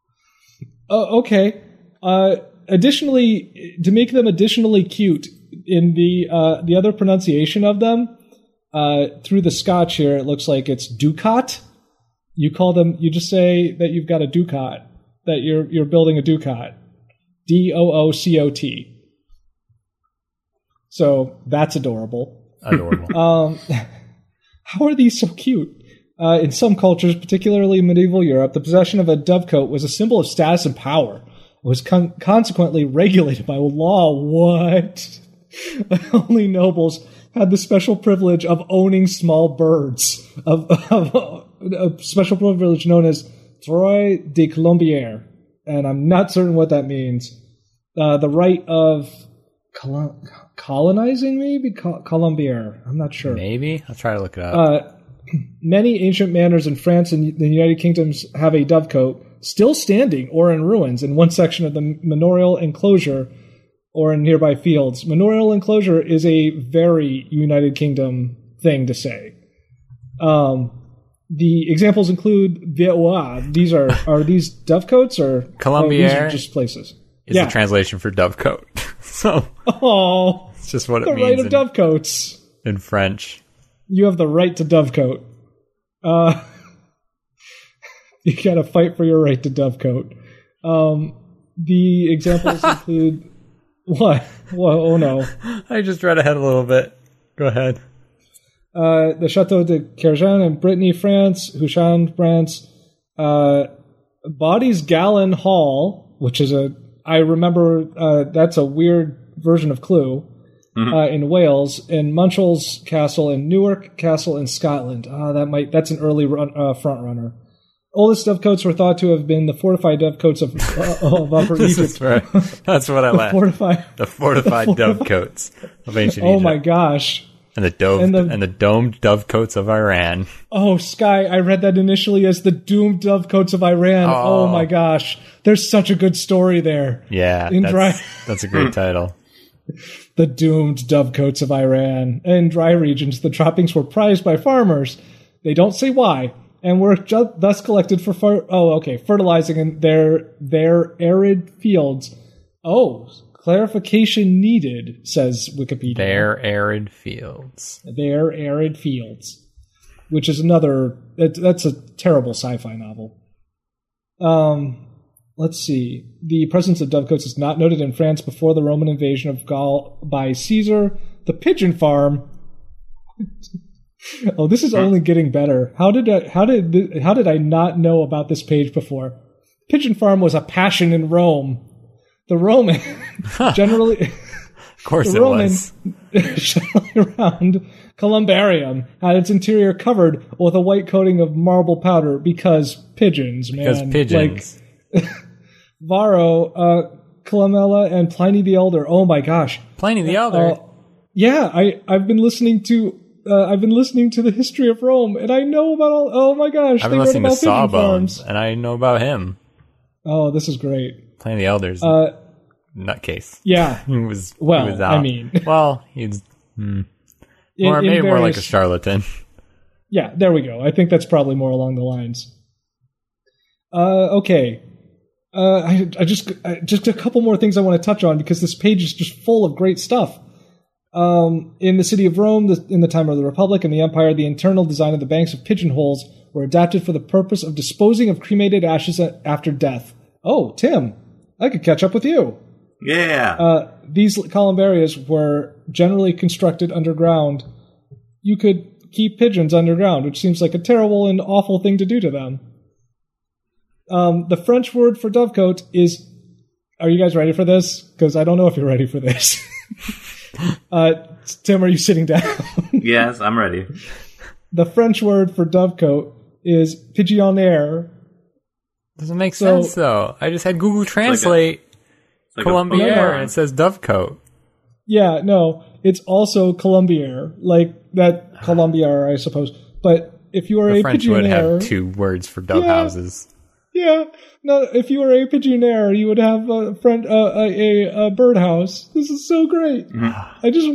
S1: oh, okay. Uh, additionally, to make them additionally cute, in the uh, the other pronunciation of them, uh, through the Scotch here, it looks like it's ducat. You call them. You just say that you've got a ducat. That you're you're building a ducat. D O O C O T. So that's adorable.
S2: Adorable.
S1: Um, how are these so cute? Uh, in some cultures, particularly medieval Europe, the possession of a dovecote was a symbol of status and power. It was con- consequently regulated by law. What? Only nobles had the special privilege of owning small birds, of, of a special privilege known as droit de colombier, and I'm not certain what that means. Uh, the right of colo- colonizing, maybe Col- colombier. I'm not sure.
S2: Maybe I'll try to look it up.
S1: Uh, many ancient manors in France and the United Kingdoms have a dovecote still standing or in ruins in one section of the manorial enclosure or in nearby fields. Manorial enclosure is a very United Kingdom thing to say. Um, the examples include Vieoa. These are are these dovecotes or oh, these are
S2: Colombier.
S1: just places.
S2: is
S1: yeah.
S2: the translation for dove coat. so
S1: Oh,
S2: it's just what it
S1: the
S2: means
S1: right of
S2: in,
S1: dovecotes.
S2: in French.
S1: you have the right to dovecoat. Uh, you got to fight for your right to dovecoat. Um, the examples include what? Whoa, oh no!
S2: I just read ahead a little bit. Go ahead.
S1: Uh, the Chateau de Kerjan in Brittany, France, Houchon, France. Uh, Bodies Gallon Hall, which is a I remember uh, that's a weird version of Clue
S2: Mm-hmm.
S1: uh, in Wales, and Munchell's Castle in Newark Castle in Scotland. Ah, that might that's an early run, uh, front runner. Oldest dovecotes were thought to have been the fortified dovecotes of, uh, of Upper
S2: This
S1: Egypt.
S2: is where, that's what I laughed.
S1: Fortified.
S2: the fortified dove coats of ancient
S1: Oh
S2: Egypt
S1: my gosh.
S2: and the dove
S1: and
S2: and
S1: the-
S2: the, domed dove coats of Iran.
S1: Oh, Sky, I read that initially as the doomed dovecotes of Iran. Oh.
S2: Oh.
S1: my gosh. There's such a good story there.
S2: Yeah,
S1: In
S2: that's,
S1: dry-
S2: that's a great title.
S1: The doomed dovecotes of Iran. In dry regions, the droppings were prized by farmers. They don't say why, and were ju- thus collected for fer- oh, okay, fertilizing in their their arid fields. Oh, clarification needed, says Wikipedia.
S2: Bare arid fields.
S1: their arid fields, which is another that, that's a terrible sci-fi novel. Um, let's see. The presence of dovecotes is not noted in France before the Roman invasion of Gaul by Caesar. The pigeon farm. oh, this is only getting better. How did I, how did th- how did I not know about this page before? Pigeon farm was a passion in Rome. The Roman generally.
S2: Of course
S1: The
S2: it
S1: Roman
S2: was.
S1: shuttling around Columbarium had its interior covered with a white coating of marble powder because pigeons, man.
S2: Because pigeons.
S1: Like Varro, uh, Columella, and Pliny the Elder. Oh my gosh.
S2: Pliny the Elder.
S1: Uh, yeah, I, I've been listening to. Uh, I've been listening to the history of Rome, and I know about all. Oh my gosh!
S2: I've
S1: they
S2: been
S1: wrote
S2: listening to
S1: about pigeon
S2: Sawbones,
S1: farms.
S2: and I know about him.
S1: Oh, this is great.
S2: Pliny the Elder's
S1: Uh,
S2: nutcase.
S1: yeah,
S2: He was he
S1: well,
S2: was
S1: I
S2: out.
S1: mean-
S2: well, he's
S1: in-
S2: or
S1: in
S2: maybe more like a
S1: various-
S2: charlatan.
S1: Yeah, there we go. I think that's probably more along the lines. Uh, okay. Uh, I, I just I, just a couple more things I want to touch on because this page is just full of great stuff. Um, in the city of Rome, the, in the time of the Republic and the Empire, the internal design of the banks of pigeonholes were adapted for the purpose of disposing of cremated ashes a- after death. Oh, Tim, I could catch up with you.
S3: Yeah.
S1: Uh, these columbarias were generally constructed underground. You could keep pigeons underground, which seems like a terrible and awful thing to do to them. Um, the French word for dovecote is. Are you guys ready for this? Because I don't know if you're ready for this. uh, Tim, are you sitting down?
S3: yes, I'm ready.
S1: the French word for dovecote is pigeonnier.
S2: Doesn't make
S1: So-
S2: sense though. I just had Google Translate
S3: It's like a
S2: Columbier
S3: farm.
S2: and it says dovecoat.
S1: Yeah, no, it's also Colombier, like that Colombier, I suppose. But if you are
S2: The
S1: a
S2: French would have
S1: pigeonnier,
S2: two words for dove
S1: Yeah.
S2: houses.
S1: yeah, no, if you were a pigeonnier, you would have a friend, uh, a, a, a birdhouse. This is so great. I just,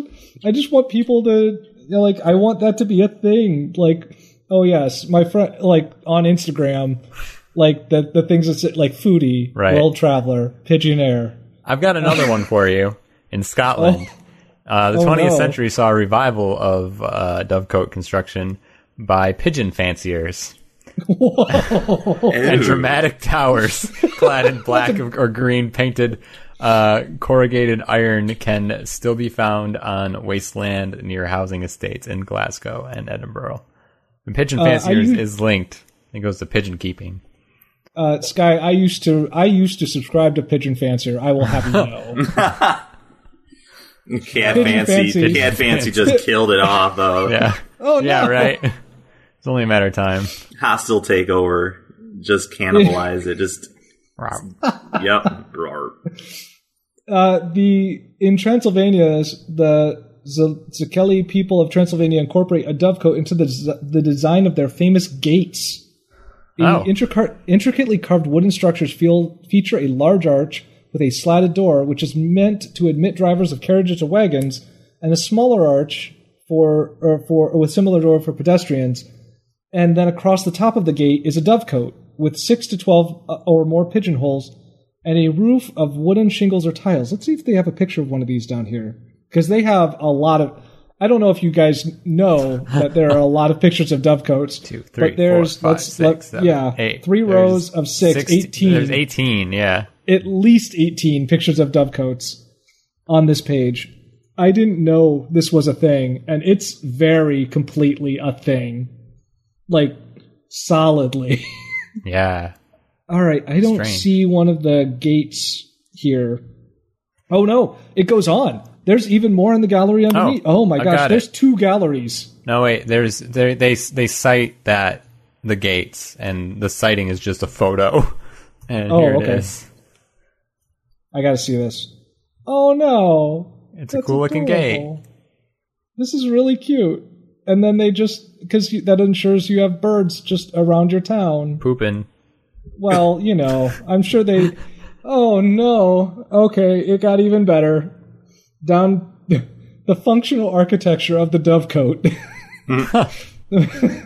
S1: I just want people to you know, like. I want that to be a thing. Like, oh yes, my friend, like on Instagram, like the the things that say, like foodie,
S2: Right.
S1: world traveler, pigeonnier.
S2: I've got another one for you in Scotland. Uh, the
S1: Oh,
S2: 20th
S1: no.
S2: century saw a revival of uh, dovecote construction by pigeon fanciers and
S3: Ooh.
S2: dramatic towers clad in black or green painted uh, corrugated iron can still be found on wasteland near housing estates in Glasgow and Edinburgh. And pigeon fanciers
S1: Uh, you-
S2: is linked. It goes to pigeon keeping.
S1: Uh, Sky, I used to, I used to subscribe to Pigeon Fancier. I will have you know.
S3: Cat
S1: Pigeon
S3: Fancy.
S1: Fancy.
S3: Cat Fancy just killed it off, though.
S2: Yeah.
S1: Oh,
S2: yeah,
S1: no.
S2: right. It's only a matter of time.
S3: Hostile takeover. Just cannibalize it. Just, yep. Roar.
S1: Uh, the in Transylvania, the Z- Zekeli people of Transylvania incorporate a dovecote into the z- the design of their famous gates. The
S2: Oh.
S1: intricar- intricately carved wooden structures feel- feature a large arch with a slatted door, which is meant to admit drivers of carriages or wagons, and a smaller arch for or for or with similar door for pedestrians. And then across the top of the gate is a dovecote with six to twelve uh, or more pigeonholes and a roof of wooden shingles or tiles. Let's see if they have a picture of one of these down here because they have a lot of. I don't know if you guys know that there are a lot of pictures of dovecotes.
S2: two, three,
S1: but there's
S2: four, five,
S1: let's,
S2: six,
S1: let-
S2: seven,
S1: yeah,
S2: eight.
S1: three
S2: There's
S1: rows of six, 18,
S2: There's 18, yeah.
S1: at least 18 pictures of dovecotes on this page. I didn't know this was a thing, and it's very completely a thing, like solidly.
S2: Yeah.
S1: All right, I don't
S2: Strange.
S1: see one of the gates here. Oh no, it goes on. There's even more in the gallery underneath. Oh, my
S2: I
S1: gosh,
S2: got
S1: there's
S2: it.
S1: two galleries.
S2: No, wait. There's there they they cite that the gates and the citing is just a photo, and
S1: Oh,
S2: here it
S1: okay.
S2: is.
S1: I gotta see this. Oh no,
S2: It's a cool looking gate.
S1: adorable. This is really cute. And then they just because that ensures you have birds just around your town.
S2: Pooping.
S1: Well, you know, I'm sure they. Oh no. Okay, it got even better. Down the functional architecture of the dovecote. the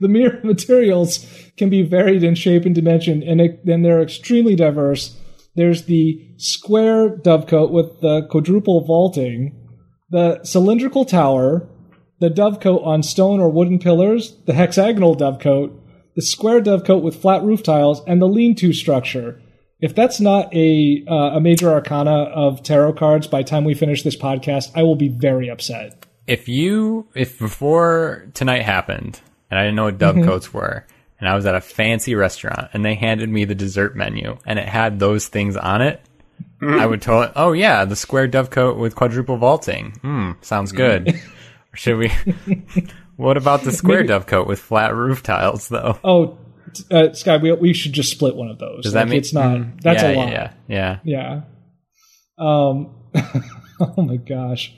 S1: mere materials can be varied in shape and dimension, and it, and they're extremely diverse. There's the square dovecote with the quadruple vaulting, the cylindrical tower, the dovecote on stone or wooden pillars, the hexagonal dovecote, the square dovecote with flat roof tiles, and the lean-to structure. If that's not a uh, a major arcana of tarot cards by the time we finish this podcast, I will be very upset.
S2: If you if before tonight happened and I didn't know what
S1: Mm-hmm.
S2: dovecotes were, and I was at a fancy restaurant and they handed me the dessert menu and it had those things on it, I would tell it, oh yeah, the square dovecote with quadruple vaulting. Hmm, sounds good.
S1: Mm.
S2: Or Should we? what about the square dovecote with flat roof tiles though?
S1: Oh, t- uh, Sky, we we should just split one of those.
S2: Does that
S1: Like,
S2: mean- Mm-hmm. Mm.
S1: it's not? That's
S2: yeah,
S1: a lot.
S2: yeah, yeah, yeah.
S1: Yeah. Um. oh my gosh.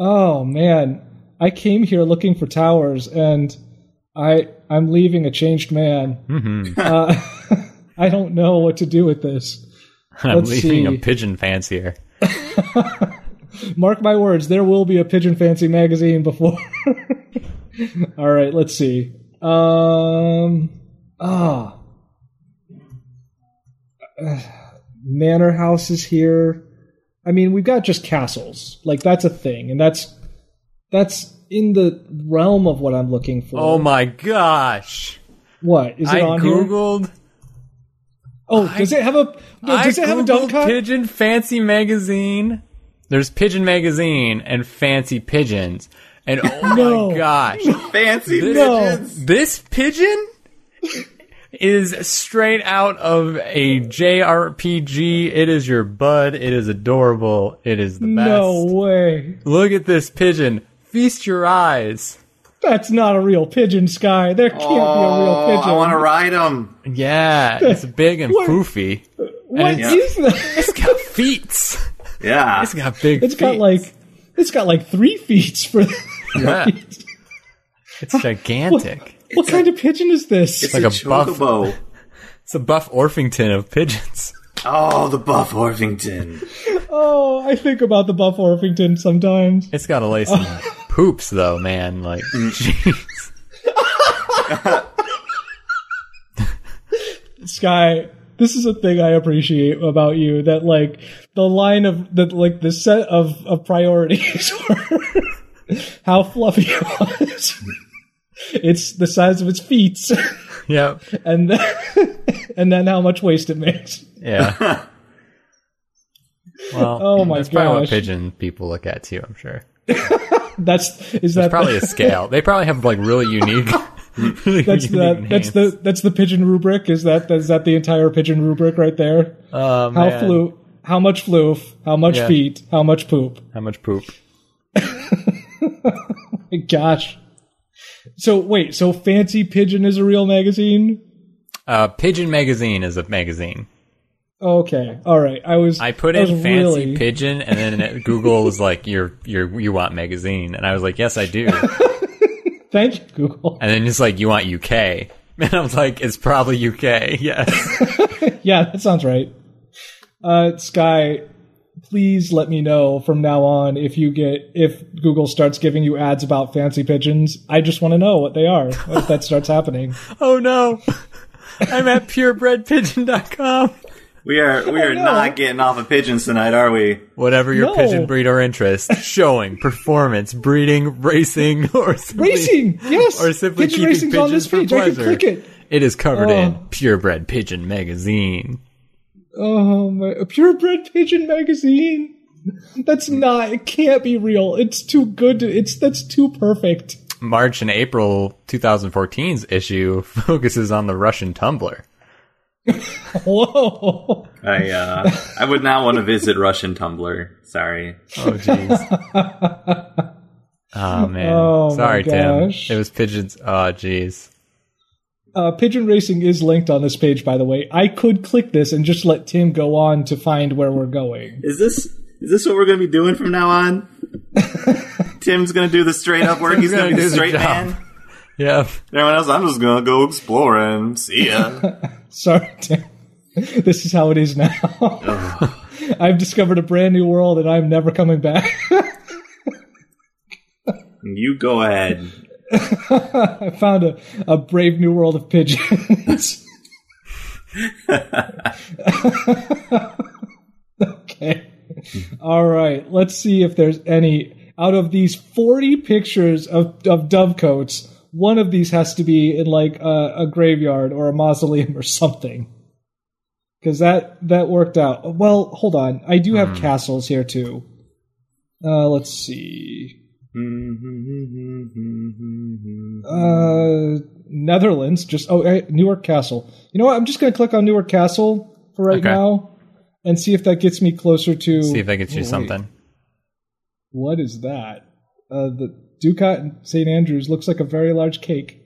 S1: Oh man, I came here looking for towers, and I I'm leaving a changed man.
S2: Mm-hmm.
S1: Uh, I don't know what to do with this.
S2: I'm
S1: Let's
S2: leaving
S1: see.
S2: a pigeon fancier.
S1: Mark my words, there will be a Pigeon Fancy magazine before. All right, let's see. Um. Ah. Uh, Manor houses here. I mean, we've got just castles. Like that's a thing, and that's that's in the realm of what I'm looking for.
S2: Oh my gosh!
S1: what is it
S2: I
S1: on here?
S2: googled.
S1: Oh, does it have a does
S2: I
S1: it have a
S2: googled
S1: dump cut?
S2: Pigeon Fancy Magazine. There's Pigeon Magazine and Fancy Pigeons. And oh
S1: No.
S2: my gosh.
S3: Fancy
S2: This-
S3: pigeons.
S2: This pigeon is straight out of a JRPG. It is your bud. It is adorable. It is the best.
S1: No way.
S2: Look at this pigeon. Feast your eyes.
S1: That's not a real pigeon, Sky. There can't be a real
S3: Oh,
S1: pigeon.
S3: I want to ride them.
S2: Yeah, it's big and
S1: What?
S2: poofy.
S1: What
S2: And
S1: is
S2: it's-
S1: that?
S2: It's got feet.
S3: Yeah.
S2: It's got big
S1: It's got
S2: feet.
S1: like it's got like three feet for.
S2: Yeah. It's gigantic.
S1: what kind of pigeon is this?
S3: It's
S2: like
S3: a,
S2: a buff.
S3: chocobo.
S2: It's a buff Orphington of pigeons.
S3: Oh, the buff Orpington.
S1: Oh, I think about the Buff Orpington sometimes.
S2: It's got to lay some poops, though, man. Like, jeez.
S1: Sky, this is a thing I appreciate about you that like the line of that like the set of of priorities were how fluffy it was. It's the size of its feet,
S2: Yep.
S1: and then, and then how much waste it makes.
S2: Yeah. Well,
S1: Oh my
S2: that's probably what
S1: gosh.
S2: pigeon people look at too. I'm sure.
S1: That's is that
S2: It's probably a scale. They probably have like really unique. really
S1: That's the
S2: unique
S1: that's
S2: names.
S1: the that's the pigeon rubric. Is that is that the entire pigeon rubric right there?
S2: Oh,
S1: How
S2: man.
S1: flu? How much floof? How much
S2: Yeah.
S1: feet? How much poop?
S2: How much poop?
S1: Gosh. So wait, so fancy pigeon is a real magazine?
S2: Uh, pigeon magazine is a magazine.
S1: Okay, all right. I was
S2: I put
S1: I was
S2: in fancy
S1: really,
S2: pigeon, and then it- Google was like, "Your your you want magazine?" And I was like, "Yes, I do."
S1: Thank you, Google.
S2: And then it's like, you want UK. And I was like, it's probably UK. Yes.
S1: Yeah, that sounds right. Uh, Sky, please let me know from now on if you get if Google starts giving you ads about fancy pigeons. I just want to know what they are if that starts happening.
S2: oh no. I'm at purebredpigeon.com.
S3: We are we are
S1: Oh, no.
S3: not getting off of pigeons tonight, are we?
S2: Whatever your
S1: No.
S2: pigeon breed or interest, showing, performance, breeding, racing, or simply,
S1: Racing, yes.
S2: or simply
S1: Pigeon
S2: keeping
S1: racing's
S2: pigeons
S1: on this
S2: for
S1: page. I can
S2: pleasure.
S1: click it.
S2: It is covered in
S1: Oh.
S2: Purebred Pigeon magazine.
S1: Oh my! A purebred pigeon magazine. That's not. It can't be real. It's too good. To, it's that's too perfect.
S2: March and April 2014's issue focuses on the Russian tumbler.
S1: Whoa.
S3: I uh, I would not want to visit Russian Tumblr. Sorry.
S2: Oh jeez. oh man.
S1: Oh, my
S2: Sorry, Tim.
S1: gosh.
S2: It was pigeons. Oh jeez.
S1: Uh, pigeon racing is linked on this page, by the way. I could click this and just let Tim go on to find where we're going.
S3: Is this is this what we're going to be doing from now on? Tim's going to do the straight up work. He's going
S2: gonna
S3: to be
S2: do
S3: the
S2: the
S3: straight
S2: job.
S3: man.
S2: Yeah.
S3: Everyone else, I'm just going to go exploring. See ya.
S1: Sorry, Tim. This is how it is now. I've discovered a brand new world and I'm never coming back.
S3: you go ahead.
S1: I found a, a brave new world of pigeons. okay. All right. Let's see if there's any out of these 40 pictures of, of dovecotes. One of these has to be in like a, a graveyard or a mausoleum or something. Because that, that worked out. Well, hold on. I do have castles here too. Uh, let's see. Uh, Netherlands. Just oh, eh, Newark Castle. You know what? I'm just going to click on Newark Castle for right
S2: Okay.
S1: now, and see if that gets me closer to.
S2: See if that gets
S1: Oh,
S2: you
S1: wait.
S2: something.
S1: What is that? Uh, the Ducat in St Andrews looks like a very large cake.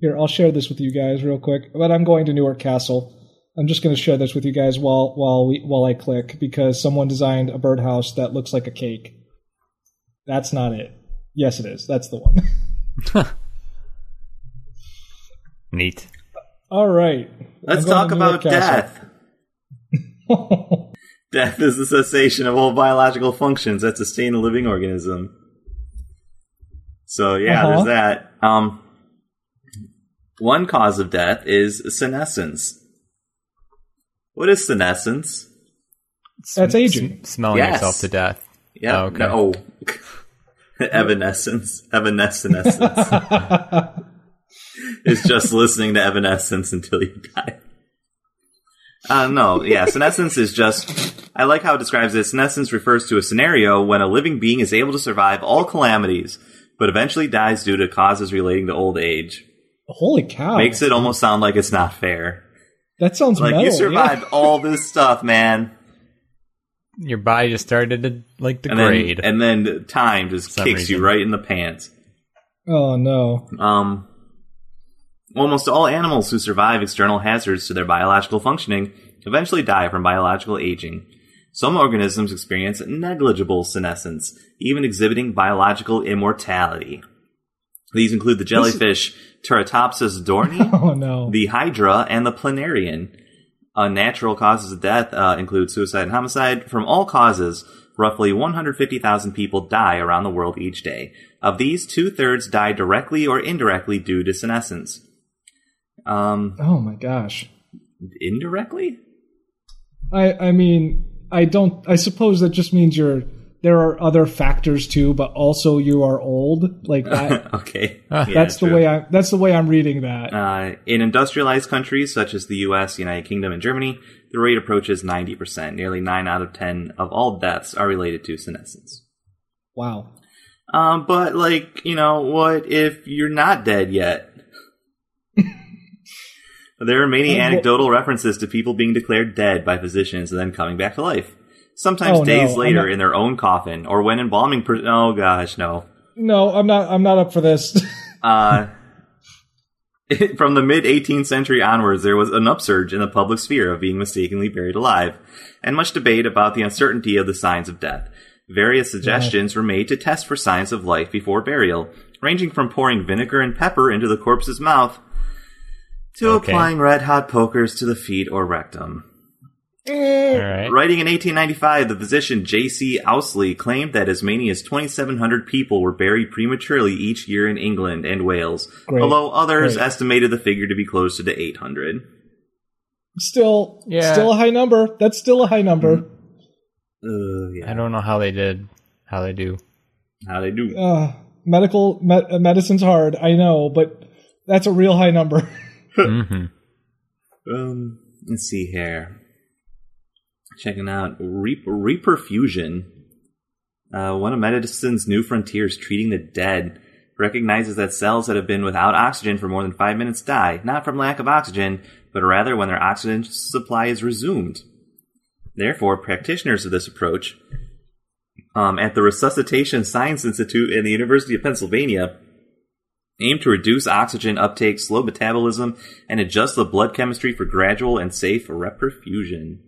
S1: Here, I'll share this with you guys real quick. But I'm going to Newark Castle. I'm just going to share this with you guys while while we while I click because someone designed a birdhouse that looks like a cake. That's not it. Yes, it is. That's the one.
S2: Neat.
S1: All right.
S3: Let's
S1: I'm going
S3: talk
S1: to Newark
S3: about death.
S1: Castle.
S3: Death is the cessation of all biological functions that sustain a living organism. So yeah,
S1: Uh-huh.
S3: there's that. Um, one cause of death is senescence. What is senescence?
S1: That's
S2: Sm-
S1: aging.
S2: sm- smelling
S3: Yes.
S2: yourself to death.
S3: Yeah,
S2: Oh, okay.
S3: no. Evanescence. Evanescence. is just listening to Evanescence until you die. Uh, no, yeah, senescence is just. I like how it describes it. Senescence refers to a scenario when a living being is able to survive all calamities, but eventually dies due to causes relating to old age.
S1: Holy
S2: Oh.
S1: cow!
S3: Makes it almost sound like it's not fair.
S1: that sounds
S3: Like,
S1: metal,
S3: you
S1: yeah.
S3: survived all this stuff, man.
S2: Your body just started to like
S3: And then,
S2: degrade.
S3: and then time just
S2: Some
S3: kicks
S2: reason.
S3: you right in the pants.
S1: Oh no!
S3: Um, almost all animals who survive external hazards to their biological functioning eventually die from biological aging. Some organisms experience negligible senescence, even exhibiting biological immortality. These include the jellyfish Teratopsis dorni,
S1: Oh no!
S3: the hydra, and the planarian. Uh, natural causes of death uh, include suicide and homicide. From all causes, roughly 150,000 people die around the world each day. Of these, two thirds die directly or indirectly due to senescence. Um,
S1: oh my gosh!
S3: indirectly?
S1: I I mean I don't. I suppose that just means you're. There are other factors too, but also you are old. Like that.
S3: okay.
S1: Ah, that's the way I. That's the way I'm reading that.
S3: Uh, in industrialized countries such as the U.S., United Kingdom, and Germany, the rate approaches 90%. Nearly 9 out of 10 of all deaths are related to senescence.
S1: wow.
S3: Um, but like, you know, what if you're not dead yet? there are
S1: Oh,
S3: many
S1: wh-
S3: anecdotal references to people being declared dead by physicians and then coming back to life. Sometimes
S1: Oh, no,
S3: days
S1: I'm
S3: later
S1: not-
S3: in their own coffin or when embalming per- oh gosh, no.
S1: No, I'm not. I'm not up for this.
S3: Uh From the mid 18th century onwards, there was an upsurge in the public sphere of being mistakenly buried alive, and much debate about the uncertainty of the signs of death. Various suggestions were made to test for signs of life before burial, ranging from pouring vinegar and pepper into the corpse's mouth to
S2: Okay.
S3: applying red hot pokers to the feet or rectum.
S1: Eh,
S2: All right.
S3: Writing in 1895, the physician J.C. Ousley claimed that as many as 2,700 people were buried prematurely each year in England and Wales,
S1: Great.
S3: although others
S1: Great.
S3: estimated the figure to be closer to 800.
S1: Still,
S2: Yeah.
S1: still a high number. That's still a high number.
S3: Mm-hmm. Uh,
S2: I
S3: yeah.
S2: don't know how they did. How they do.
S3: How they do?
S1: Uh, medical me- uh, medicine's hard. I know, but that's a real high number.
S2: hmm
S3: Um, let's see here. Checking out Re- Reperfusion, uh, one of medicine's new frontiers, treating the dead, recognizes that cells that have been without oxygen for more than five minutes die, not from lack of oxygen, but rather when their oxygen supply is resumed. Therefore, practitioners of this approach um, at the Resuscitation Science Institute and the University of Pennsylvania aim to reduce oxygen uptake, slow metabolism, and adjust the blood chemistry for gradual and safe reperfusion.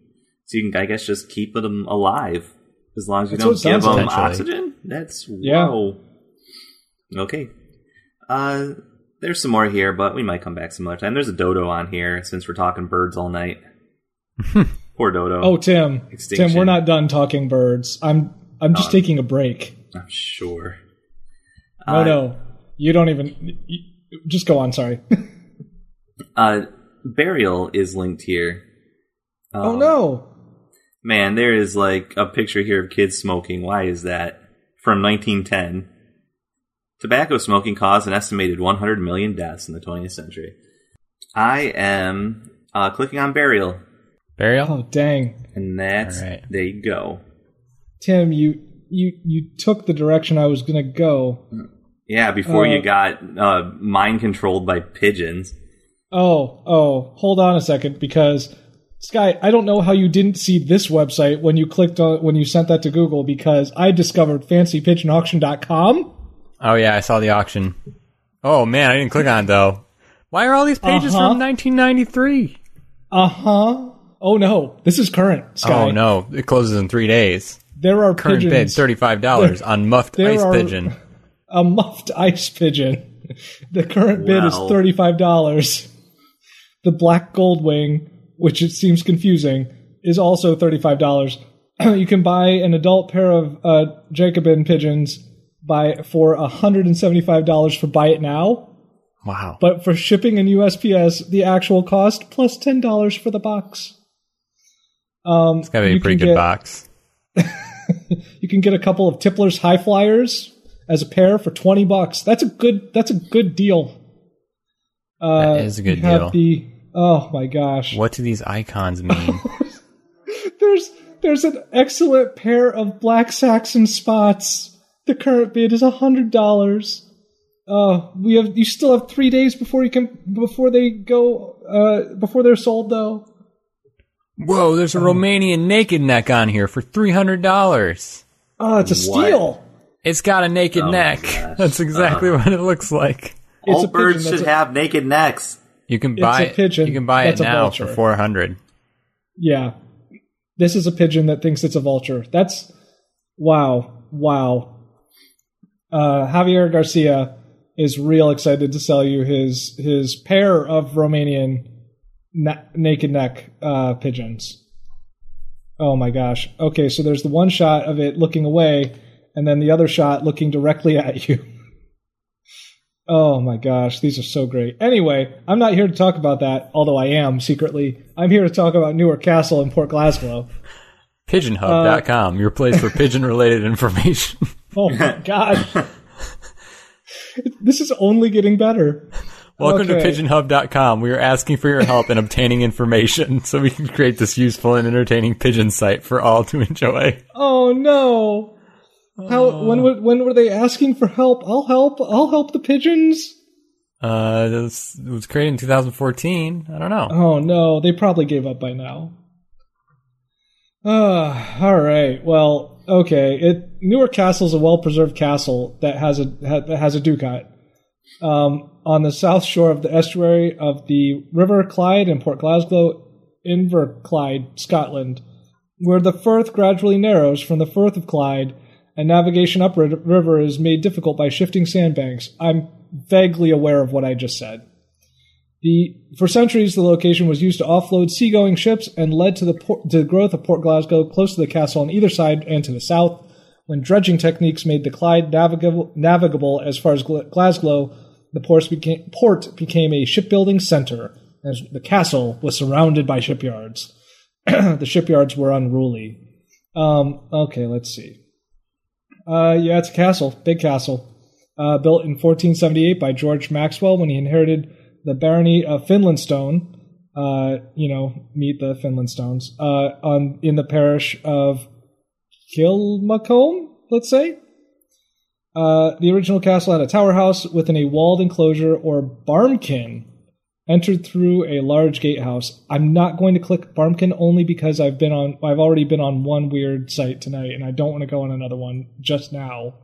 S3: So you can, I guess, just keep them alive as long as you
S1: That's what it
S3: don't give
S1: sounds like.
S3: them oxygen. That's
S1: Yeah.
S3: wow. Okay. Uh, there's some more here, but we might come back some other time. There's a dodo on here since we're talking birds all night. Poor dodo.
S1: Oh, Tim, Tim, we're
S3: Extinction.
S1: not done talking birds. I'm I'm just taking a break.
S3: I'm sure.
S1: No, no, you don't even. You, just go on. Sorry.
S3: Uh, burial is linked here.
S1: oh
S3: Um,
S1: no.
S3: Man, there is like a picture here of kids smoking. Why is that? From 1910. Tobacco smoking caused an estimated 100 million deaths in the 20th century. I am uh, clicking on burial,
S2: Burial?
S1: Oh dang,
S3: and that's
S2: All right.
S3: there you go.
S1: Tim, you you you took the direction I was gonna go.
S3: Yeah, before
S1: Uh,
S3: you got uh, mind controlled by pigeons.
S1: Oh oh, hold on a second because Sky, I don't know how you didn't see this website when you clicked on when you sent that to Google because I discovered fancypigeonauction.com.
S2: Oh, yeah, I saw the auction. Oh, man, I didn't click on it, though. Why are all these pages
S1: Uh-huh.
S2: from 1993?
S1: Uh huh. Oh no, this is current. Sky.
S2: Oh, no. It closes in three days.
S1: There are
S2: Current bid,
S1: pigeons.
S2: $35 on muffed
S1: there
S2: ice
S1: are-
S2: pigeon.
S1: a muffed ice pigeon. The current bid is
S3: Wow.
S1: thirty-five dollars. The black gold wing, which it seems confusing, is also thirty-five dollars. you can buy an adult pair of uh, Jacobin pigeons by for hundred and seventy-five dollars for buy it now,
S2: Wow.
S1: but for shipping and USPS, the actual cost plus ten dollars for the box. Um,
S2: It's got to be
S1: you
S2: a pretty
S1: can
S2: good
S1: get-
S2: box.
S1: You can get a couple of Tipler's High Flyers as a pair for twenty bucks. That's a good. That's a good deal. Uh,
S2: That is a good
S1: you have
S2: deal.
S1: The, oh my gosh!
S2: What do these icons mean?
S1: There's there's an excellent pair of black Saxon spots. The current bid is hundred dollars. Uh, we have you still have three days before you can before they go uh, before they're sold though.
S2: Whoa, there's a
S1: Um,
S2: Romanian naked neck on here for $300.
S1: Oh, it's a
S3: What?
S1: steal.
S2: It's got a naked
S3: Oh my
S2: neck.
S3: gosh.
S2: That's exactly
S1: Uh.
S2: what it looks like.
S1: It's
S3: All
S1: a pigeon,
S3: birds
S1: that's
S3: should
S1: a-
S3: have naked necks.
S2: You can
S1: It's
S2: buy
S1: a pigeon.
S2: it. You can buy
S1: That's
S2: it
S1: a
S2: now
S1: vulture.
S2: for 400.
S1: Yeah. This is a pigeon that thinks it's a vulture. That's wow. Wow. Uh, Javier Garcia is real excited to sell you his his pair of Romanian na- naked neck uh, pigeons. Oh my gosh. Okay, so there's the one shot of it looking away and then the other shot looking directly at you. Oh my gosh, these are so great. Anyway, I'm not here to talk about that, although I am secretly. I'm here to talk about Newark Castle and Port Glasgow. Uh,
S2: Pigeonhub.com, your place for pigeon related information.
S1: Oh my god. This is only getting better.
S2: Welcome
S1: Okay.
S2: to pigeonhub.com. We are asking for your help in obtaining information so we can create this useful and entertaining pigeon site for all to enjoy.
S1: Oh no. How when were, when were they asking for help? I'll help. I'll help the pigeons.
S2: Uh, this was created in 2014. I don't know.
S1: Oh no, they probably gave up by now. Uh, all right. Well, okay. It Newark Castle is a well-preserved castle that has a ha, that has a ducat um, on the south shore of the estuary of the River Clyde in Port Glasgow, Inverclyde, Scotland, where the Firth gradually narrows from the Firth of Clyde, and navigation upriver is made difficult by shifting sandbanks. I'm vaguely aware of what I just said. The, for centuries, the location was used to offload seagoing ships and led to the, port, to the growth of Port Glasgow close to the castle on either side and to the south, when dredging techniques made the Clyde navigable, navigable as far as Gl- Glasgow, the port became, port became a shipbuilding center, as the castle was surrounded by shipyards. the shipyards were unruly. Um, okay, let's see. Uh, yeah, it's a castle, big castle, uh, built in 1478 by George Maxwell when he inherited the barony of Finlandstone. Uh, you know, meet the Finlandstones uh, on in the parish of Kilmacombe, let's say. Uh, the original castle had a tower house within a walled enclosure or barmkin, entered through a large gatehouse. I'm not going to click Barmkin only because I've been on I've already been on one weird site tonight and I don't want to go on another one just now.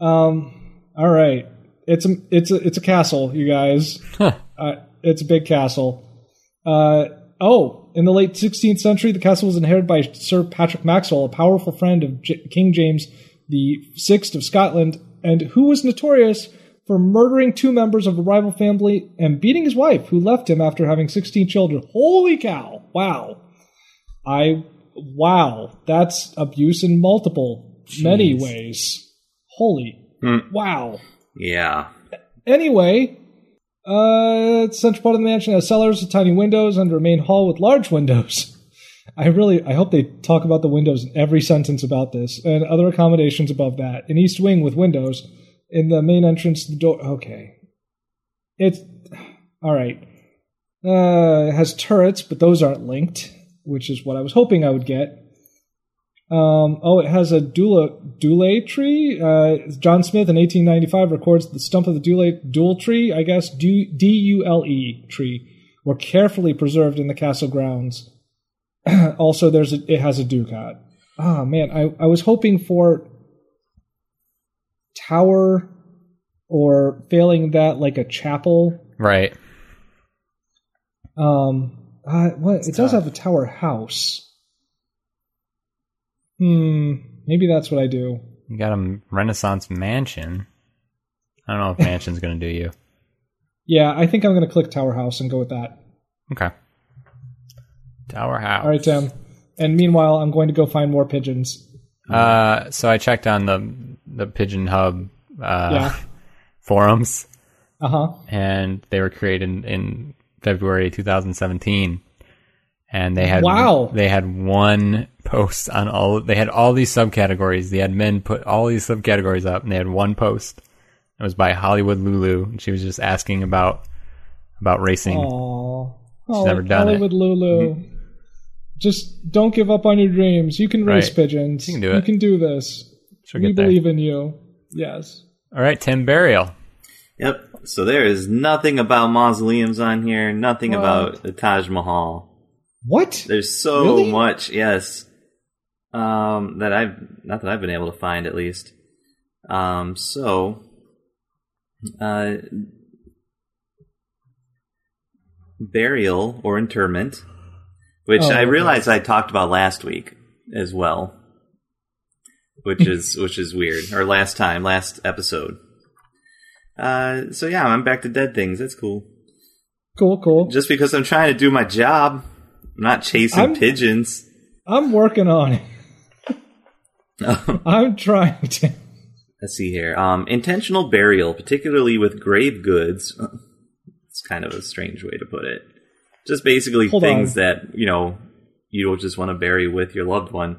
S1: Um all right. It's a it's a it's a castle, you guys.
S2: Huh.
S1: Uh, it's a big castle. Uh oh, in the late 16th century the castle was inherited by Sir Patrick Maxwell, a powerful friend of J- King James the 6th of Scotland and who was notorious for murdering two members of a rival family and beating his wife, who left him after having 16 children. Holy cow! Wow. I, wow. That's abuse in multiple, many
S2: Jeez.
S1: ways. Holy,
S2: Hmm.
S1: wow.
S3: Yeah.
S1: Anyway, uh, central part of the mansion has cellars with tiny windows under a main hall with large windows. I really, I hope they talk about the windows in every sentence about this and other accommodations above that. An east wing with windows in the main entrance. The door. Okay, it's all right. Uh, it has turrets, but those aren't linked, which is what I was hoping I would get. Um, oh, it has a dula dule tree. Uh, John Smith in 1895 records the stump of the dule dule tree, I guess D U L E tree, were carefully preserved in the castle grounds. also, there's a, it has a ducat. Ah man, I, I was hoping for tower, or failing that like a chapel.
S2: Right.
S1: Um, uh, what it does
S2: tough.
S1: have a tower house. Hmm, maybe that's what I do.
S2: You got a Renaissance mansion. I don't know if mansion's going to do you.
S1: Yeah, I think I'm gonna click tower house and go with that.
S2: Okay. Tower house.
S1: All right, Tim. And meanwhile, I'm going to go find more pigeons.
S2: Uh, so I checked on the the Pigeon Hub uh,
S1: Yeah.
S2: forums,
S1: Uh huh.
S2: and they were created in, in February 2017, and they had
S1: Wow.
S2: they had one post on all. They had all these subcategories. The admin put all these subcategories up, and they had one post. It was by Hollywood Lulu, and she was just asking about about racing.
S1: Aww.
S2: never done Mm-hmm.
S1: Hollywood Oh, Lulu. Just don't give up on your dreams. You can raise
S2: Right.
S1: pigeons.
S2: You can do
S1: You
S2: it.
S1: can do this.
S2: She'll
S1: we
S2: get there.
S1: believe in you. Yes.
S2: All right, Tim Burial.
S3: Yep. So there is nothing about mausoleums on here, nothing
S1: What?
S3: about the Taj Mahal.
S1: What?
S3: There's so
S1: Really?
S3: much, yes. Um, that I've not that I've been able to find at least. Um, so, uh, burial or interment, which
S1: Oh,
S3: I
S1: okay.
S3: realized I talked about last week as well, which is which is weird. Or last time, last episode. Uh, so yeah, I'm back to dead things. That's cool
S1: Cool, cool.
S3: just because I'm trying to do my job. I'm not chasing
S1: I'm-
S3: pigeons.
S1: I'm working on it.
S3: Let's
S1: I'm trying to.
S3: see here. Um, intentional burial, particularly with grave goods. Uh, It's kind of a strange way to put it. Just basically
S1: Hold
S3: things
S1: on.
S3: that, you know, you will just want to bury with your loved one.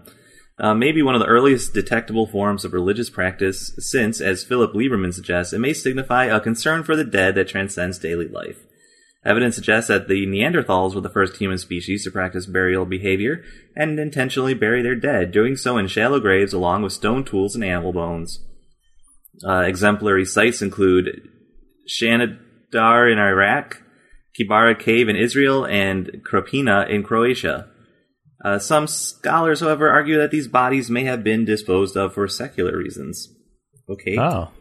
S3: Uh, maybe one of the earliest detectable forms of religious practice, since, as Philip Lieberman suggests, it may signify a concern for the dead that transcends daily life. Evidence suggests that the Neanderthals were the first human species to practice burial behavior and intentionally bury their dead, doing so in shallow graves along with stone tools and animal bones. Uh, exemplary sites include Shanidar in Iraq, Kibara Cave in Israel, and Kropina in Croatia. Uh, some scholars, however, argue that these bodies may have been disposed of for secular reasons. Okay.
S2: Oh,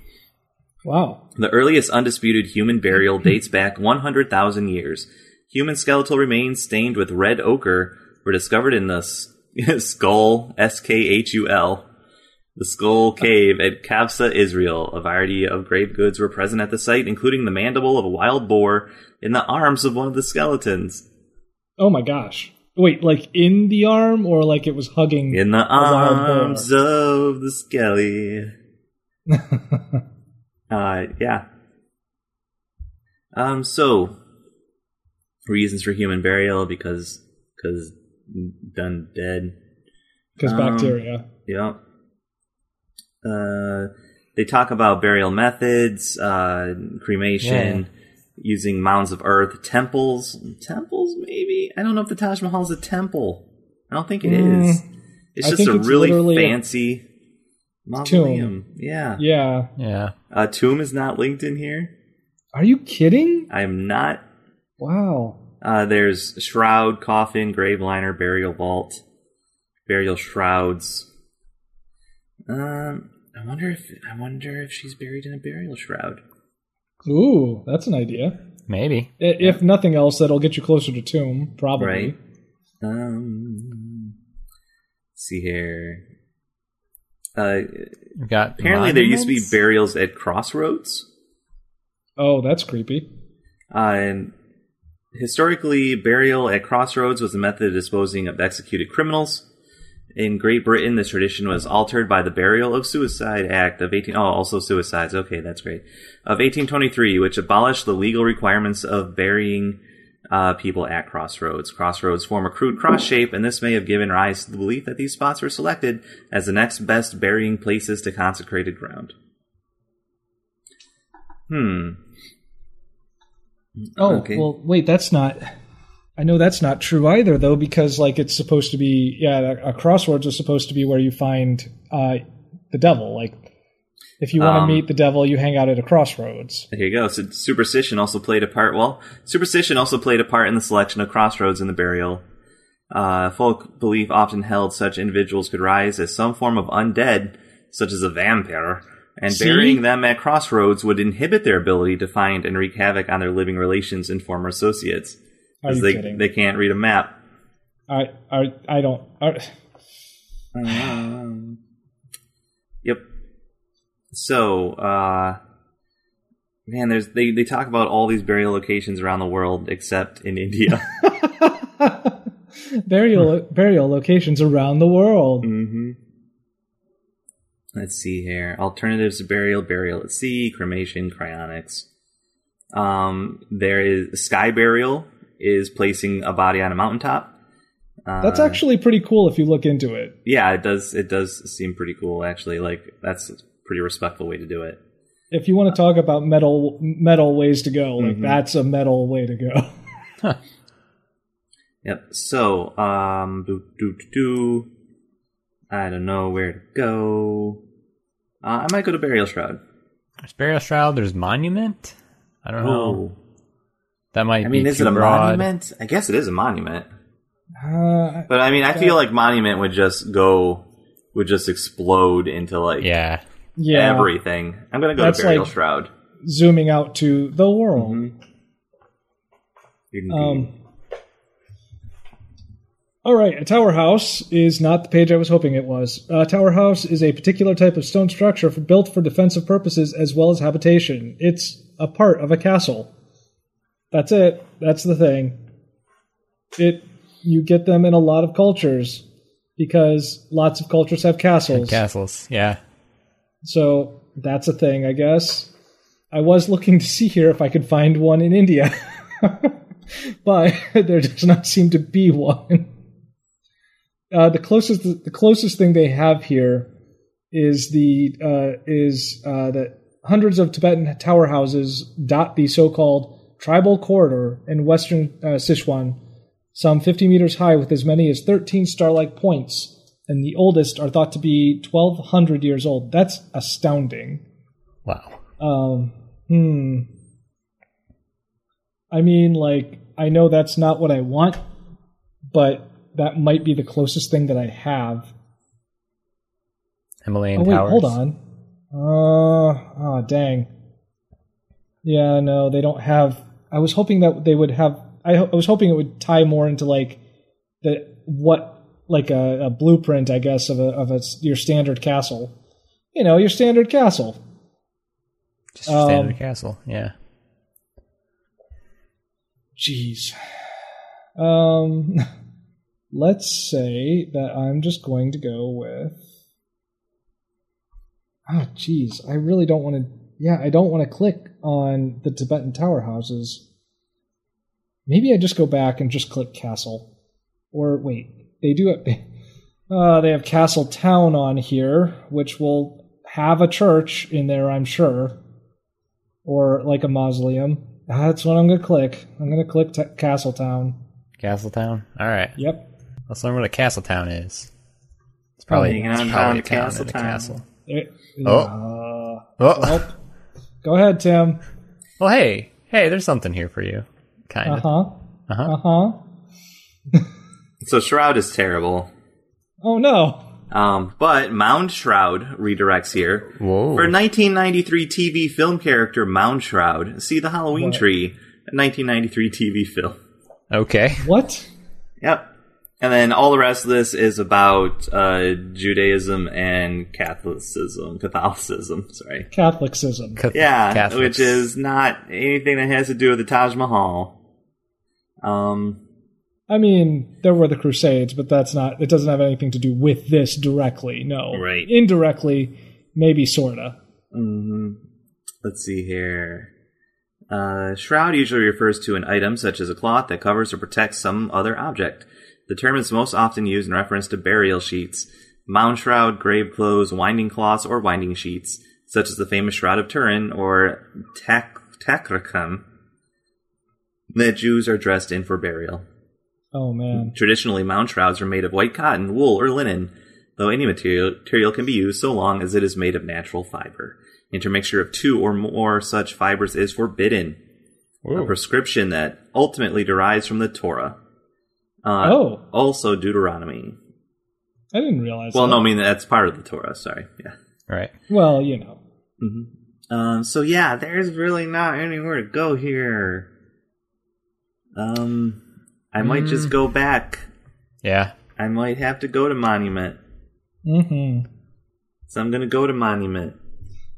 S1: Wow.
S3: The earliest undisputed human burial dates back 100,000 years. Human skeletal remains stained with red ochre were discovered in the s- skull S-K-H-U-L, the skull cave at Kavsa, Israel. A variety of grave goods were present at the site, including the mandible of a wild boar in the arms of one of the skeletons.
S1: Oh my gosh. Wait, like in the arm or like it was hugging?
S3: In the
S1: wild boar.
S3: arms of the skelly. Uh, yeah. Um, so reasons for human burial because because done dead.
S1: Because
S3: Um,
S1: bacteria.
S3: Yeah. Uh, they talk about burial methods, uh, cremation, using mounds of earth, temples, temples maybe. I don't know if the Taj Mahal is a temple. I don't think it is.
S1: Mm.
S3: It's
S1: I
S3: just
S1: think
S3: a
S1: it's
S3: really
S1: literally a
S3: fancy mausoleum. Yeah.
S1: Yeah.
S2: yeah.
S3: A tomb is not linked in here.
S1: Are you kidding?
S3: I'm not
S1: Wow.
S3: Uh, there's shroud, coffin, grave liner, burial vault, burial shrouds. Um, I wonder if I wonder if she's buried in a burial shroud.
S1: Ooh, that's an idea.
S2: Maybe.
S1: I- If nothing else, that'll get you closer to tomb, probably.
S3: Right. Um, let's see here. Uh,
S2: We've got
S3: apparently, there used to be
S2: monuments?
S3: burials at crossroads.
S1: Oh, that's creepy.
S3: Um, historically, burial at crossroads was a method of disposing of executed criminals. In Great Britain, this tradition was altered by the Burial of Suicide Act of 18. Oh, also suicides. Okay, that's great. Of 1823, which abolished the legal requirements of burying uh, people at crossroads. Crossroads form a crude cross shape, and this may have given rise to the belief that these spots were selected as the next best burying places to consecrated ground. Hmm.
S1: Oh,
S3: Okay.
S1: well, wait, that's not. I know that's not true either, though, because like it's supposed to be. Yeah, a, a crossroads is supposed to be where you find uh, the devil. Like, if you want to
S3: Um,
S1: meet the devil, you hang out at a crossroads.
S3: There you go. So superstition also played a part. Well, superstition also played a part in the selection of crossroads in the burial. Uh, folk belief often held such individuals could rise as some form of undead, such as a vampire, and
S1: See?
S3: burying them at crossroads would inhibit their ability to find and wreak havoc on their living relations and former associates,
S1: Are you
S3: they
S1: kidding?
S3: they can't read a map.
S1: I, I, I don't. I,
S3: Um, yep. So, uh, man, there's they, they talk about all these burial locations around the world except in India.
S1: burial burial locations around the world.
S3: mm-hmm. Let's see here. Alternatives to burial: burial at sea, cremation, cryonics. Um, there is sky burial is placing a body on a mountaintop. Uh,
S1: That's actually pretty cool if you look into it.
S3: yeah, it does it does seem pretty cool actually. Like that's a pretty respectful way to do it.
S1: If you want to talk about metal metal ways to go, like
S3: Mhm.
S1: that's a metal way to go.
S3: Yep. So, um, do do do. do. I don't know where to go. Uh, I might go to burial shroud.
S2: There's burial shroud. There's monument. I don't know. That might.
S3: I mean,
S2: be
S3: is
S2: Oh, too
S3: it a
S2: broad.
S3: monument? I guess it is a monument.
S1: Uh,
S3: But I mean, I feel like monument would just go, would just explode into like
S2: Yeah.
S1: yeah,
S3: everything. I'm gonna go
S1: That's
S3: to burial
S1: like-
S3: shroud.
S1: zooming out to the world.
S3: You'd be-
S1: Um, all right, a tower house is not the page I was hoping it was. A tower house is a particular type of stone structure for, built for defensive purposes as well as habitation. It's a part of a castle. That's it. That's the thing. It you get them in a lot of cultures because lots of cultures have castles.
S2: Castles. Yeah.
S1: So that's a thing, I guess. I was looking to see here if I could find one in India, but there does not seem to be one. Uh, the closest the closest thing they have here is the uh, is uh, that hundreds of Tibetan tower houses dot the so-called tribal corridor in western uh, Sichuan, some 50 meters high, with as many as 13 star-like points and the oldest are thought to be 1200 years old that's astounding
S2: Wow.
S1: um hmm i mean like i know that's not what i want but that might be the closest thing that i have
S2: Himalayan
S1: oh wait
S2: towers.
S1: hold on uh oh dang yeah no they don't have i was hoping that they would have i, ho- I was hoping it would tie more into like the what like a, a blueprint i guess of a of a s- your standard castle you know your standard castle
S2: Just your standard
S1: Um,
S2: castle. Yeah.
S1: Jeez. Um, let's say that I'm just going to go with. Ah, jeez. I really don't want to. Yeah, I don't want to click on the Tibetan tower houses. Maybe I just go back and just click castle. Or wait, they do have. Uh, they have Castle Town on here, which will have a church in there, I'm sure or like a mausoleum. That's what I'm gonna click. I'm gonna click t- Castle Town.
S2: Castle town. All right.
S1: Yep,
S2: Let's learn what a castle town is. It's
S3: Oh,
S2: probably,
S3: Hanging
S2: it's
S3: on
S2: probably
S3: down
S2: a town
S3: Castle
S2: in a
S3: Town.
S2: castle.
S1: There-
S2: Oh.
S1: uh, help. go ahead, Tim.
S2: Well, hey, hey, there's something here for you. kind
S1: Uh
S2: of.
S1: huh.
S2: Uh-huh.
S1: Uh huh.
S3: So Shroud is terrible.
S1: Oh no.
S3: Um, but Mound Shroud redirects here.
S2: Whoa.
S3: For 1993 TV film character Mound Shroud, see the Halloween tree, a 1993 TV film.
S2: Okay.
S1: What?
S3: Yep. And then all the rest of this is about uh, Judaism and Catholicism, Catholicism. Sorry.
S1: Catholicism.
S2: Cath-
S3: Yeah,
S2: Catholics.
S3: which is not anything that has to do with the Taj Mahal. Um,
S1: I mean, there were the Crusades, but that's not. It doesn't have anything to do with this directly. No.
S3: Right.
S1: Indirectly, maybe sorta.
S3: mhm. let's see here. Uh, shroud usually refers to an item such as a cloth that covers or protects some other object. The term is most often used in reference to burial sheets, mound shroud, grave clothes, winding cloths, or winding sheets, such as the famous Shroud of Turin or tak- Takracum that Jews are dressed in for burial.
S1: Oh man.
S3: Traditionally, mound shrouds are made of white cotton, wool, or linen, though any material, material can be used so long as it is made of natural fiber. Intermixture of two or more such fibers is forbidden, a
S2: Ooh.
S3: prescription that ultimately derives from the Torah. Uh,
S1: Oh.
S3: Also Deuteronomy.
S1: I didn't realize.
S3: Well,
S1: that.
S3: no, I mean, that's part of the Torah, sorry. Yeah.
S2: All right.
S1: Well, you know.
S3: Um, so, yeah, there's really not anywhere to go here. Um, I might just go back.
S2: Yeah.
S3: I might have to go to Monument.
S1: Hmm.
S3: So I'm gonna go to Monument.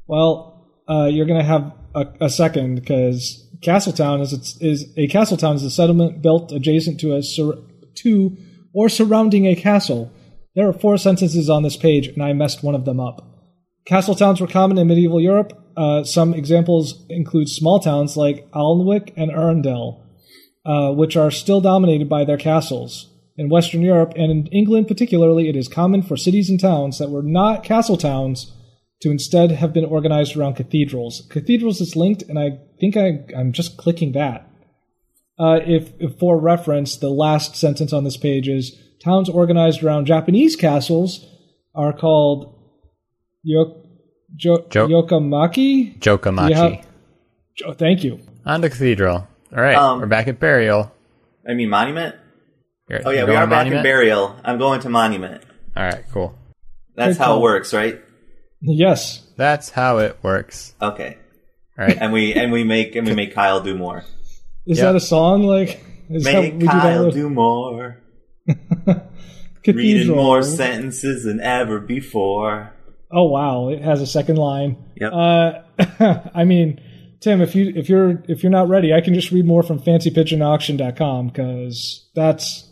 S1: Well, uh, you're going to have a, a second because Castletown is a, is a Castletown is a settlement built adjacent to a sur- to or surrounding a castle. There are four sentences on this page, and I messed one of them up. Castletowns were common in medieval Europe. Uh, some examples include small towns like Alnwick and Arundel, uh, which are still dominated by their castles. In Western Europe and in England, particularly, it is common for cities and towns that were not castle towns to instead have been organized around cathedrals. Cathedrals is linked, and I think I, I'm just clicking that. Uh, if, if for reference, the last sentence on this page is towns organized around Japanese castles are called yok, jo,
S2: Jo-
S1: yokomaki.
S2: Jokamachi.
S1: Yeah. Jo- thank you.
S2: On to Cathedral. All right.
S3: Um,
S2: we're back at Burial.
S3: I mean Monument.
S2: You're-
S3: Oh yeah,
S2: you're
S3: we
S2: going
S3: are
S2: to
S3: back in
S2: Monument?
S3: Burial. I'm going to Monument.
S2: All right. Cool.
S3: That's
S1: Good
S3: how
S1: call.
S3: it works, right?
S1: Yes.
S2: That's how it works.
S3: Okay.
S2: All right.
S3: And we and we make and we make Kyle do more.
S1: Is
S2: Yeah.
S1: that a song? Like, is that
S3: Make
S1: we do that
S3: Kyle
S1: with
S3: do more. Reading
S1: cathedral?
S3: more sentences than ever before.
S1: Oh wow, it has a second line.
S3: Yep.
S1: Uh, I mean, Tim, if you if you're if you're not ready, I can just read more from fancypigeonauction.com because that's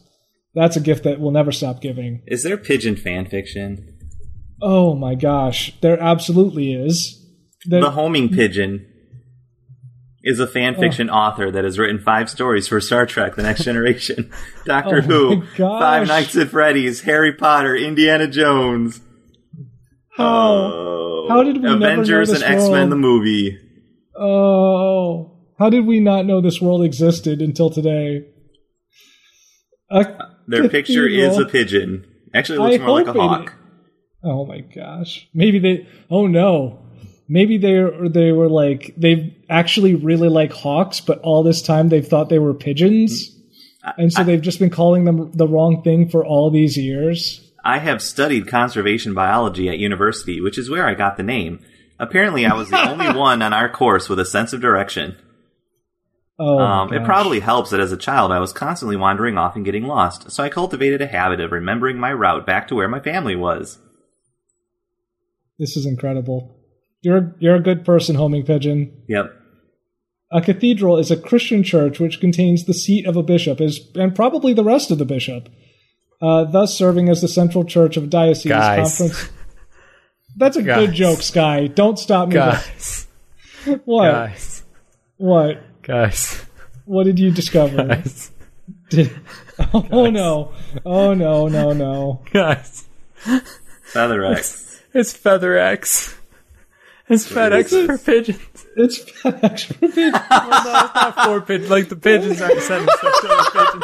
S1: that's a gift that we'll never stop giving.
S3: Is there pigeon fan fiction?
S1: Oh my gosh, there absolutely is. There- Oh.
S3: The homing pigeon is a fan fiction author that has written five stories for Star Trek: The Next Generation, Doctor
S1: Oh
S3: Who,
S1: my gosh.
S3: Five Nights at Freddy's, Harry Potter, Indiana Jones.
S1: how?
S3: Oh.
S1: How did we never know
S3: Avengers
S1: this
S3: and X Men
S1: world?
S3: the movie?
S1: Oh, how did we not know this world existed until today? A-
S3: Their picture is a
S1: Cathedral.
S3: pigeon. Actually, it looks
S1: I
S3: more like
S1: hope
S3: a
S1: it-
S3: hawk.
S1: Oh my gosh. Maybe they oh no. Maybe they or they were like they actually really like hawks, but all this time they've thought they were pigeons.
S3: Mm.
S1: And so they've just been calling them the wrong thing for all these years.
S3: I have studied conservation biology at university, which is where I got the name. Apparently, I was the only one on our course with a sense of direction.
S1: Oh,
S3: Um,
S1: my
S3: it
S1: gosh.
S3: probably helps that as a child I was constantly wandering off and getting lost, so I cultivated a habit of remembering my route back to where my family was.
S1: this is incredible. You're you're a good person, homing pigeon.
S3: Yep.
S1: A cathedral is a Christian church which contains the seat of a bishop is, and probably the rest of the bishop, uh, thus serving as the central church of diocese
S2: Guys.
S1: conference. That's a
S2: Guys.
S1: good joke, Sky. Don't stop me.
S2: Guys.
S1: What?
S2: Guys.
S1: What?
S2: Guys.
S1: What did you discover?
S2: Guys.
S1: Did- oh no! Oh no! No no!
S2: Guys.
S3: Feather X.
S2: It's Feather X. It's FedEx for pigeons.
S1: It's FedEx for pigeons.
S2: Well, no, it's not for pigeons. Like the pigeons aren't sending stuff to other pigeons.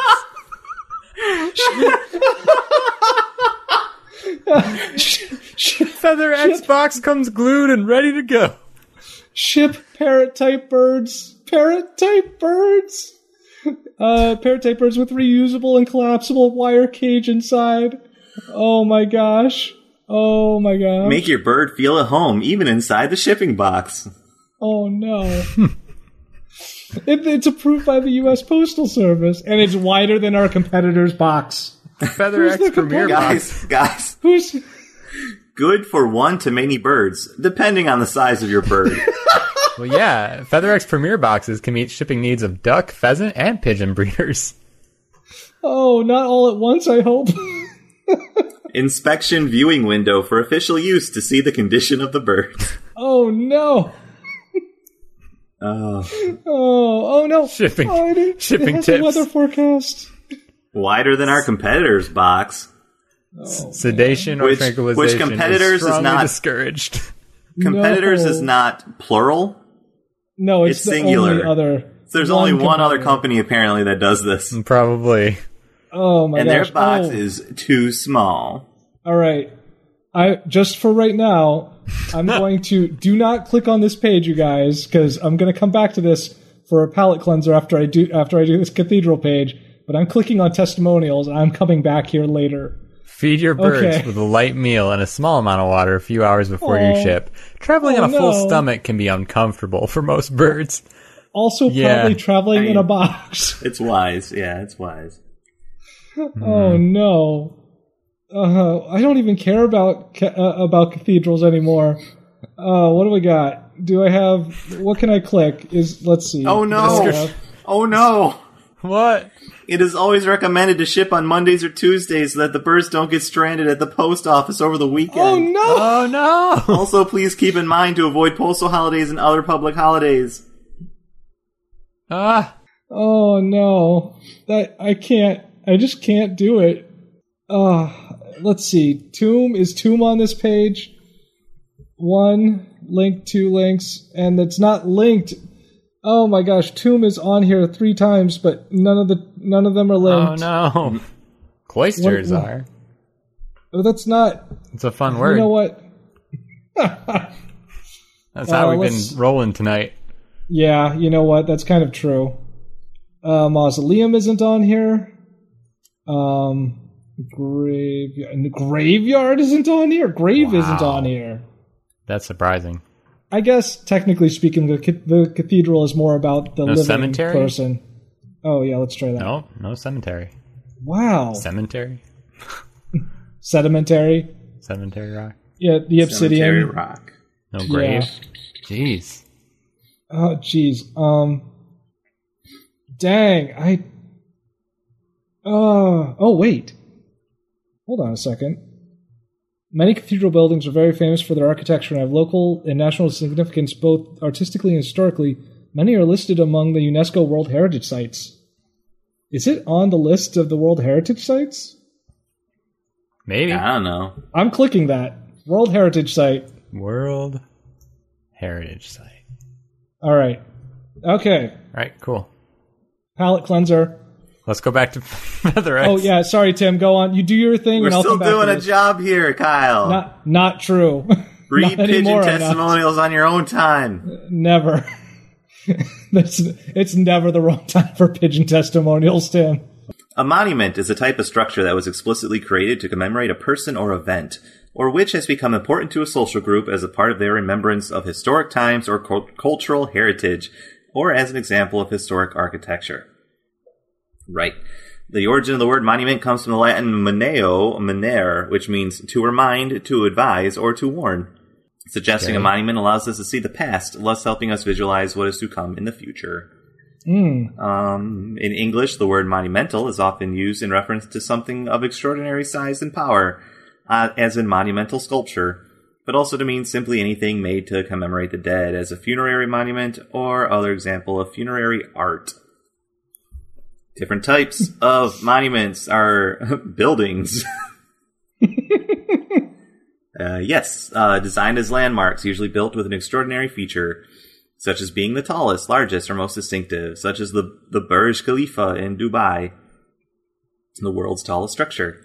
S2: Feather X box comes glued and ready to go.
S1: Ship parrot type birds. Parrot type birds. uh, pear tapers with reusable and collapsible wire cage inside. Oh my gosh. Oh my gosh.
S3: Make your bird feel at home, even inside the shipping box.
S1: oh no. it, it's approved by the U.S. Postal Service, and it's wider than our competitor's box.
S2: Feather
S1: Who's
S2: X
S1: the
S2: Premier
S1: complaint?
S2: Box.
S3: Guys, guys,
S1: Who's
S3: good for one to many birds, depending on the size of your bird.
S2: Well, yeah, Feather X Premier Boxes can meet shipping needs of duck, pheasant, and pigeon breeders.
S1: oh, not all at once. I hope.
S3: Inspection viewing window for official use to see the condition of the bird.
S1: oh no.
S3: Oh.
S1: Oh, oh no.
S2: Shipping-
S1: oh, it- it
S2: shipping
S1: has a
S2: tips.
S1: weather forecast.
S3: Wider than our competitor's box.
S2: Sedation or
S3: Oh, Which-
S2: tranquilization
S3: which competitors is
S2: is, strongly
S3: not-
S2: discouraged.
S3: Competitors
S1: No.
S3: is not plural.
S1: No, it's,
S3: It's
S1: the
S3: singular.
S1: Only other.
S3: There's only one other
S1: competitor.
S3: company apparently that does this.
S2: Probably.
S1: Oh my
S3: and
S1: gosh!
S3: their box
S1: Oh,
S3: is too small.
S1: all right. I just for right now, I'm going to do not click on this page, you guys, because I'm going to come back to this for a palate cleanser after I do after I do this cathedral page. But I'm clicking on testimonials. I'm coming back here later.
S2: Feed your birds
S1: Okay.
S2: with a light meal and a small amount of water a few hours before
S1: Aw.
S2: you ship. Traveling
S1: Oh,
S2: on a full
S1: no.
S2: stomach can be uncomfortable for most birds.
S1: Also,
S2: Yeah.
S1: probably traveling in a
S3: mean-
S1: box.
S3: It's wise. Yeah, it's wise.
S1: Oh no! Uh, I don't even care about ca- uh, about cathedrals anymore. Uh, what do we got? Do I have? What can I click? Is let's see.
S3: Oh no!
S1: Description.
S3: Oh no!
S2: What?
S3: It is always recommended to ship on Mondays or Tuesdays so that the birds don't get stranded at the post office over the weekend.
S1: Oh no!
S2: Oh no!
S3: Also, please keep in mind to avoid postal holidays and other public holidays.
S2: Ah,
S1: Oh no! That I can't. I just can't do it. Uh, let's see. Tomb is tomb on this page. One link, two links, and it's not linked. Oh my gosh! Tomb is on here three times, but none of the none of them are linked.
S2: oh no! Cloisters
S1: Um, What-
S2: are.
S1: Oh, that's not.
S2: It's a fun word.
S1: You know what?
S2: That's how
S1: Uh,
S2: we've
S1: let's-
S2: been rolling tonight.
S1: Yeah, you know what? That's kind of true. Uh, mausoleum isn't on here. Um, graveyard. Graveyard isn't on here. Grave isn't
S2: Wow.
S1: on here.
S2: That's surprising.
S1: I guess technically speaking, the ca- the cathedral is more about the
S2: No
S1: living
S2: cemetery?
S1: person. Oh yeah, let's try that.
S2: No, no cemetery.
S1: Wow,
S2: Cemetery?
S1: sedimentary.
S2: Cemetery rock?
S1: Yeah, the
S3: Cemetery
S1: obsidian.
S3: Rock.
S2: No
S1: Yeah.
S2: grave? Jeez.
S1: Oh, jeez. Um, dang. I. Uh, oh, wait. Hold on a second. Many cathedral buildings are very famous for their architecture and have local and national significance both artistically and historically. Many are listed among the UNESCO World Heritage Sites. Is it on the list of the World Heritage Sites?
S2: Maybe.
S3: I don't know.
S1: I'm clicking that. World Heritage Site.
S2: World Heritage Site.
S1: All right. Okay.
S2: All right, cool.
S1: Palette cleanser.
S2: Let's go back to Feather X.
S1: Oh, yeah. Sorry, Tim. Go on. You do your thing,
S3: We're
S1: and I'll
S3: still
S1: come back
S3: doing
S1: to
S3: a
S1: this.
S3: job here, Kyle.
S1: Not not true.
S3: Read
S1: not anymore,
S3: pigeon
S1: I'm not.
S3: testimonials on your own time.
S1: Never. That's it's never the wrong time for pigeon testimonials, Tim.
S3: A monument is a type of structure that was explicitly created to commemorate a person or event, or which has become important to a social group as a part of their remembrance of historic times or cul- cultural heritage, or as an example of historic architecture. Right. The origin of the word monument comes from the Latin moneo, monere, which means to remind, to advise, or to warn. Suggesting a
S2: Okay.
S3: monument allows us to see the past, thus helping us visualize what is to come in the future. Um, in English, the word monumental is often used in reference to something of extraordinary size and power, uh, as in monumental sculpture, but also to mean simply anything made to commemorate the dead, as a funerary monument or other example of funerary art. Different types of monuments are buildings. Uh, yes, uh, designed as landmarks, usually built with an extraordinary feature, such as being the tallest, largest, or most distinctive, such as the, the Burj Khalifa in Dubai, the world's tallest structure.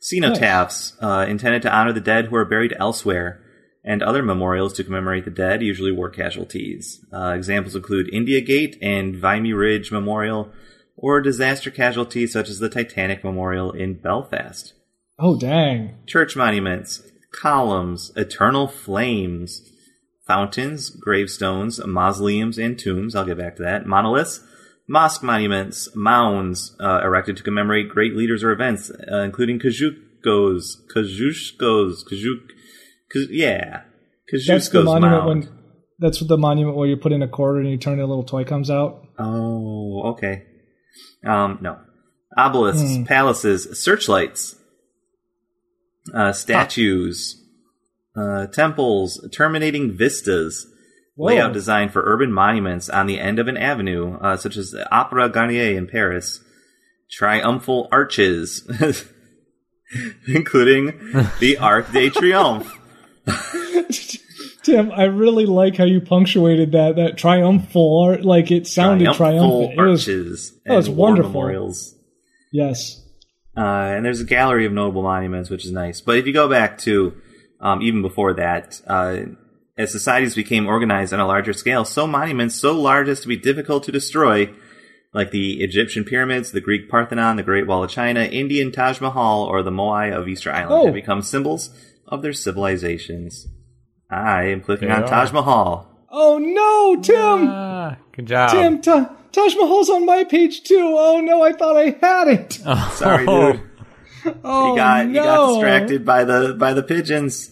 S3: Cenotaphs, uh, intended to honor the dead who are buried elsewhere, and other memorials to commemorate the dead, usually war casualties. Uh, examples include India Gate and Vimy Ridge Memorial, or disaster casualties such as the Titanic Memorial in Belfast.
S1: Oh, dang.
S3: Church monuments, columns, eternal flames, fountains, gravestones, mausoleums, and tombs. I'll get back to that. Monoliths, mosque monuments, mounds uh, erected to commemorate great leaders or events, uh, including Kajuskos, Kajuskos, Kajuk, Kaz- yeah, Kajuskos
S1: That's the monument
S3: mound.
S1: when. That's the monument where you put in a quarter and you turn it, a little toy comes out.
S3: Oh, okay. Um, no. Obelisks,
S1: Hmm.
S3: palaces, searchlights, uh, statues, uh, temples, terminating vistas,
S1: Whoa.
S3: layout designed for urban monuments on the end of an avenue, uh, such as the Opera Garnier in Paris, triumphal arches, including the Arc de Triomphe.
S1: Tim, I really like how you punctuated that. That triumphal, art, like it sounded
S3: triumphal
S1: triumphant. It was-
S3: arches
S1: that was
S3: and war
S1: wonderful.
S3: memorials.
S1: yes.
S3: Uh, and there's a gallery of notable monuments, which is nice. But if you go back to um, even before that, uh, as societies became organized on a larger scale, so monuments so large as to be difficult to destroy, like the Egyptian pyramids, the Greek Parthenon, the Great Wall of China, Indian Taj Mahal, or the Moai of Easter Island,
S1: Oh.
S3: have become symbols of their civilizations. I am clicking
S2: They
S3: on
S2: are.
S3: Taj Mahal.
S1: Oh no, Tim!
S2: Ah, good job.
S1: Tim, Ta- Taj Mahal's on my page too. Oh no, I thought I had it.
S2: Oh.
S3: Sorry, dude.
S1: Oh
S3: You got
S1: no.
S3: you got distracted by the by the pigeons.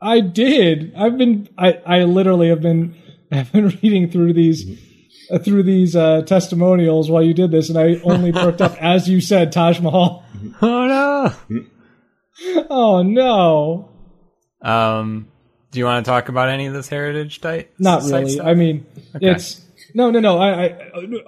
S1: I did. I've been. I, I literally have been. I've been reading through these uh, through these uh, testimonials while you did this, and I only perked up as you said Taj Mahal.
S2: Oh
S1: Oh no,
S2: no. Um, do you want to talk about any of this heritage type?
S1: not
S2: site
S1: really.
S2: stuff?
S1: I mean, it's no, no, no. I, I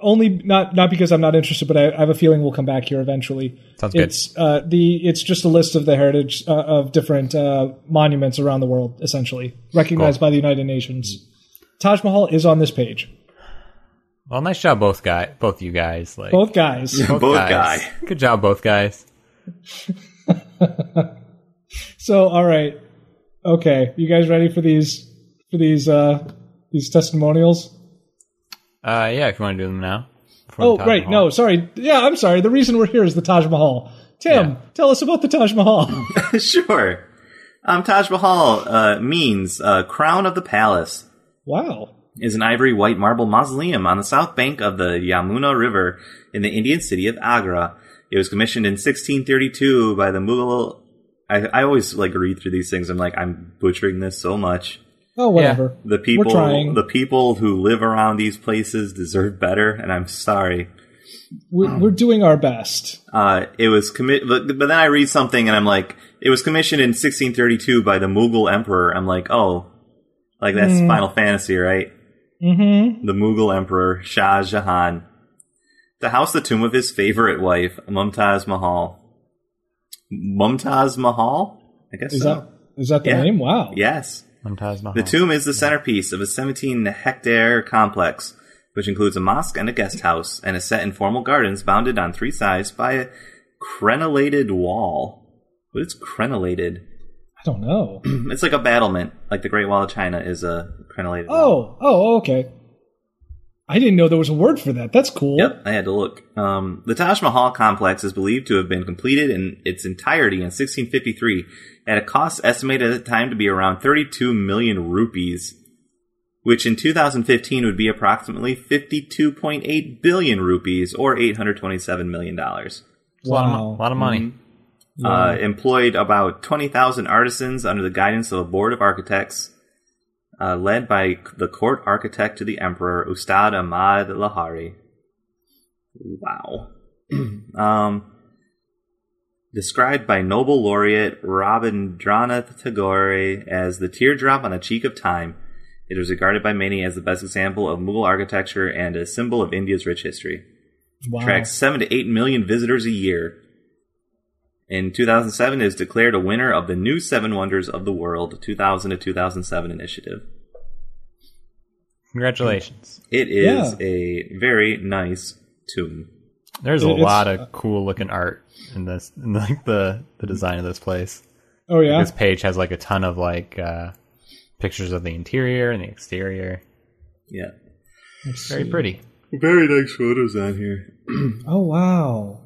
S1: only not not because I'm not interested, but I, I have a feeling we'll come back here eventually.
S2: Sounds good.
S1: it's uh, the it's just a list of the heritage uh, of different uh, monuments around the world, essentially recognized by the United Nations. Taj Mahal is on this page.
S2: Well, nice job, both guy, both you guys. Like
S1: Both guys.
S3: Both guy.
S2: Good job, both guys.
S1: So, all right, okay, you guys ready for these for these uh, these testimonials?
S2: Uh, yeah, if you want to do them now. before
S1: Oh,
S2: the Taj
S1: right,
S2: Mahal.
S1: no, sorry, yeah, I'm sorry. The reason we're here is the Taj Mahal. Tim,
S2: Yeah.
S1: tell us about the Taj Mahal.
S3: sure. Um, Taj Mahal uh, means uh, crown of the palace.
S1: wow,
S3: Is an ivory white marble mausoleum on the south bank of the Yamuna River in the Indian city of Agra. It was commissioned in 1632 by the Mughal. I, I always like read through these things. I'm like, I'm butchering this so much.
S1: oh whatever.
S3: The people,
S1: trying.
S3: the people who live around these places deserve better, and I'm sorry.
S1: We're, we're doing our best.
S3: Uh, it was commit, but, but then I read something and I'm like, it was commissioned in 1632 by the Mughal emperor. I'm like, oh, like that's Final Fantasy, right?
S1: Mm-hmm.
S3: The Mughal emperor Shah Jahan to house the tomb of his favorite wife Mumtaz Mahal. Mumtaz Mahal, I guess.
S1: Is
S3: so.
S1: that is that the
S3: Yeah.
S1: name? Wow.
S3: yes?
S2: From Taj Mahal.
S3: The tomb is the centerpiece of a 17 hectare complex, which includes a mosque and a guest house, and is set in formal gardens bounded on three sides by a crenellated wall. What is crenellated?
S1: I don't know.
S3: It's like a battlement, like the Great Wall of China is a crenellated wall.
S1: Oh, oh, okay. I didn't know there was a word for that. That's cool.
S3: Yep, I had to look. Um, the Taj Mahal complex is believed to have been completed in its entirety in 1653 at a cost estimated at the time to be around 32 million rupees, which in 2015 would be approximately 52.8 billion rupees or 827 million dollars.
S2: It's a lot of,
S1: Wow.
S2: mo- lot of money.
S3: Uh, employed about 20,000 artisans under the guidance of a board of architects uh, led by the court architect to the emperor, Ustad Ahmad Lahari. Wow. um, described by Nobel laureate Rabindranath Tagore as the teardrop on the cheek of time, it was regarded by many as the best example of Mughal architecture and a symbol of India's rich history
S1: Wow.
S3: attracts seven to eight million visitors a year. In 2007, it was declared a winner of the new Seven Wonders of the World 2000 to 2007 initiative.
S2: Congratulations.
S3: It is
S1: Yeah.
S3: a very nice tomb.
S2: There's a
S1: It's-
S2: lot of cool looking art in this, in like the the design of this place.
S1: Oh yeah.
S2: This page has like a ton of like uh, pictures of the interior and the exterior.
S3: Yeah.
S1: Let's
S2: Very
S1: see.
S2: pretty.
S3: Very nice photos on here.
S1: Oh wow.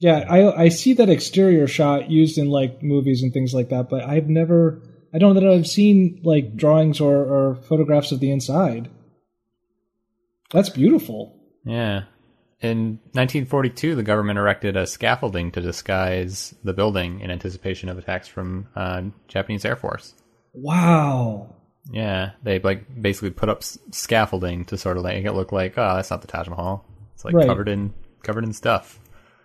S1: Yeah, I I see that exterior shot used in like movies and things like that, but I've never I don't know that I've seen like drawings or, or photographs of the inside. That's beautiful.
S2: Yeah. In 1942, the government erected a scaffolding to disguise the building in anticipation of attacks from uh, Japanese Air Force.
S1: Wow.
S2: Yeah, they like basically put up s- scaffolding to sort of make it look like, oh, that's not the Taj Mahal. It's like
S1: Right.
S2: covered in covered in stuff.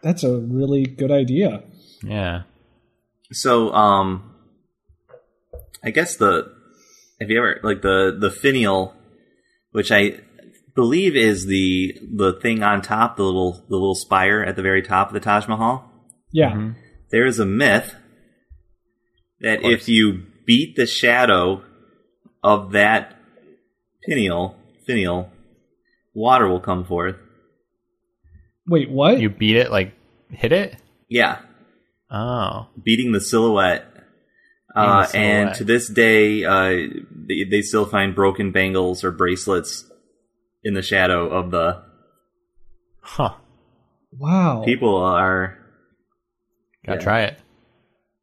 S1: That's a really good idea.
S2: Yeah.
S3: So, um, I guess the have you ever like the the finial, which I believe is the the thing on top, the little the little spire at the very top of the Taj Mahal.
S1: Yeah.
S3: There is a myth that
S2: course.
S3: if you beat the shadow of that pineal finial, water will come forth.
S1: Wait, what?
S2: You beat it, like hit it.
S3: Yeah,
S2: Oh,
S3: beating the silhouette.
S2: Beating the
S3: Uh,
S2: silhouette.
S3: And to this day, uh, they, they still find broken bangles or bracelets in the shadow of the
S2: huh. Oh.
S1: wow.
S3: people are.
S2: Gotta
S3: Yeah.
S2: try it.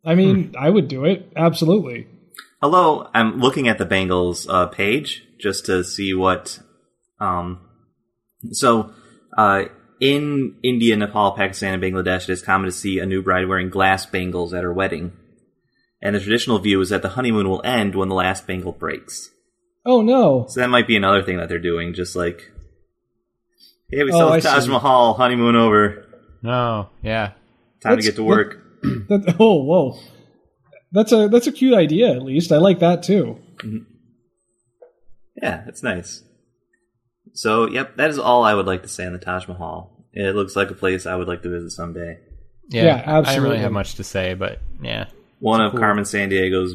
S1: I mean, I would do it. Absolutely.
S3: Hello, I'm looking at the bangles uh, page just to see what. Um, so, uh, in India, Nepal, Pakistan, and Bangladesh, it is common to see a new bride wearing glass bangles at her wedding. And the traditional view is that the honeymoon will end when the last bangle breaks.
S1: Oh no.
S3: So that might be another thing that they're doing, just like, hey, we
S1: Oh,
S3: saw
S1: I
S3: the Taj
S1: see.
S3: Mahal, honeymoon over,
S2: No, yeah,
S3: time
S1: That's-
S3: to get to work.
S1: That, oh whoa. That's a that's a cute idea. At least I like that too.
S3: Yeah, that's nice. So, yep, that is all I would like to say on the Taj Mahal. It looks like a place I would like to visit someday.
S2: yeah.
S1: Yeah,
S2: I didn't
S1: absolutely.
S2: really have much to say, but yeah,
S3: One of Carmen San Diego's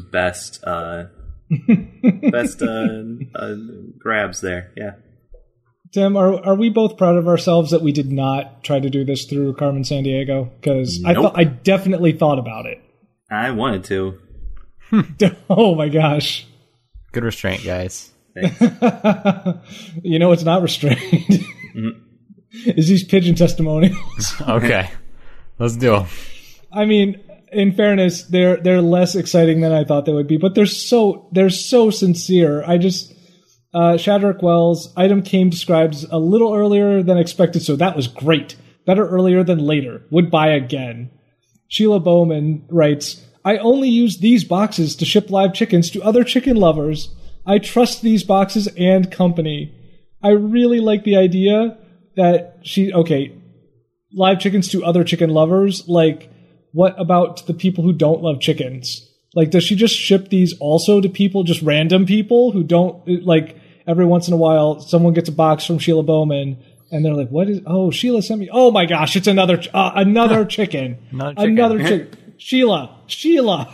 S3: best, uh, best uh, uh, grabs there. Yeah,
S1: Tim, are are we both proud of ourselves that we did not try to do this through Carmen San Diego? Because I
S3: Nope.
S1: thought I definitely thought about it.
S3: I wanted to.
S1: Oh my gosh.
S2: good restraint, guys.
S1: you know it's not restrained. Is these pigeon testimonials?
S2: Okay, let's do 'em.
S1: I mean, in fairness, they're they're less exciting than I thought they would be, but they're so they're so sincere. I just uh, Shadrach Wells item came describes a little earlier than expected, so that was great. Better earlier than later. Would buy again. Sheila Bowman writes, I only use these boxes to ship live chickens to other chicken lovers. I trust these boxes and company. I really like the idea that she, okay, live chickens to other chicken lovers. Like, what about the people who don't love chickens? Like, does she just ship these also to people, just random people who don't, like, every once in a while someone gets a box from Sheila Bowman and they're like, what is, oh, Sheila sent me, oh my gosh, it's another, ch- uh, another chicken
S2: Another chicken.
S1: another chick sheila sheila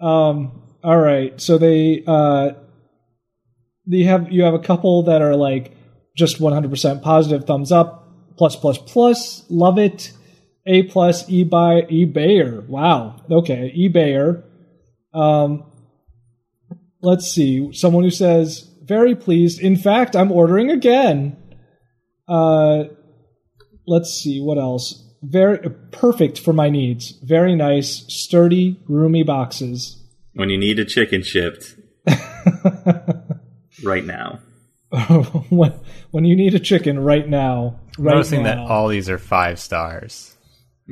S1: um all right so they uh they have you have a couple that are like just 100% positive thumbs up plus plus plus love it a plus E ebay ebayer wow okay ebayer um let's see someone who says very pleased in fact i'm ordering again uh let's see what else very perfect for my needs very nice sturdy roomy boxes
S3: When you need a chicken shipped, right now.
S1: when, when you need a chicken right now right
S2: Noticing that
S1: now.
S2: all these are five stars.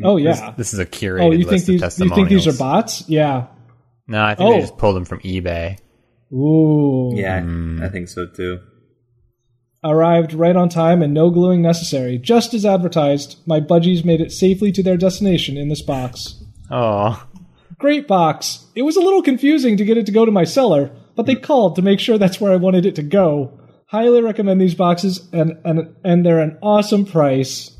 S1: oh yeah
S2: This is a curated
S1: oh you think
S2: list of
S1: these you think
S2: testimonials.
S1: these are bots yeah
S2: No, I think
S1: Oh.
S2: they just pulled them from eBay.
S1: ooh
S3: Yeah,
S2: Hmm.
S3: I think so too.
S1: arrived right on time and no gluing necessary just as advertised my budgies made it safely to their destination in this box
S2: Oh,
S1: great box it was a little confusing to get it to go to my cellar but they called to make sure that's where i wanted it to go highly recommend these boxes and and, and they're an awesome price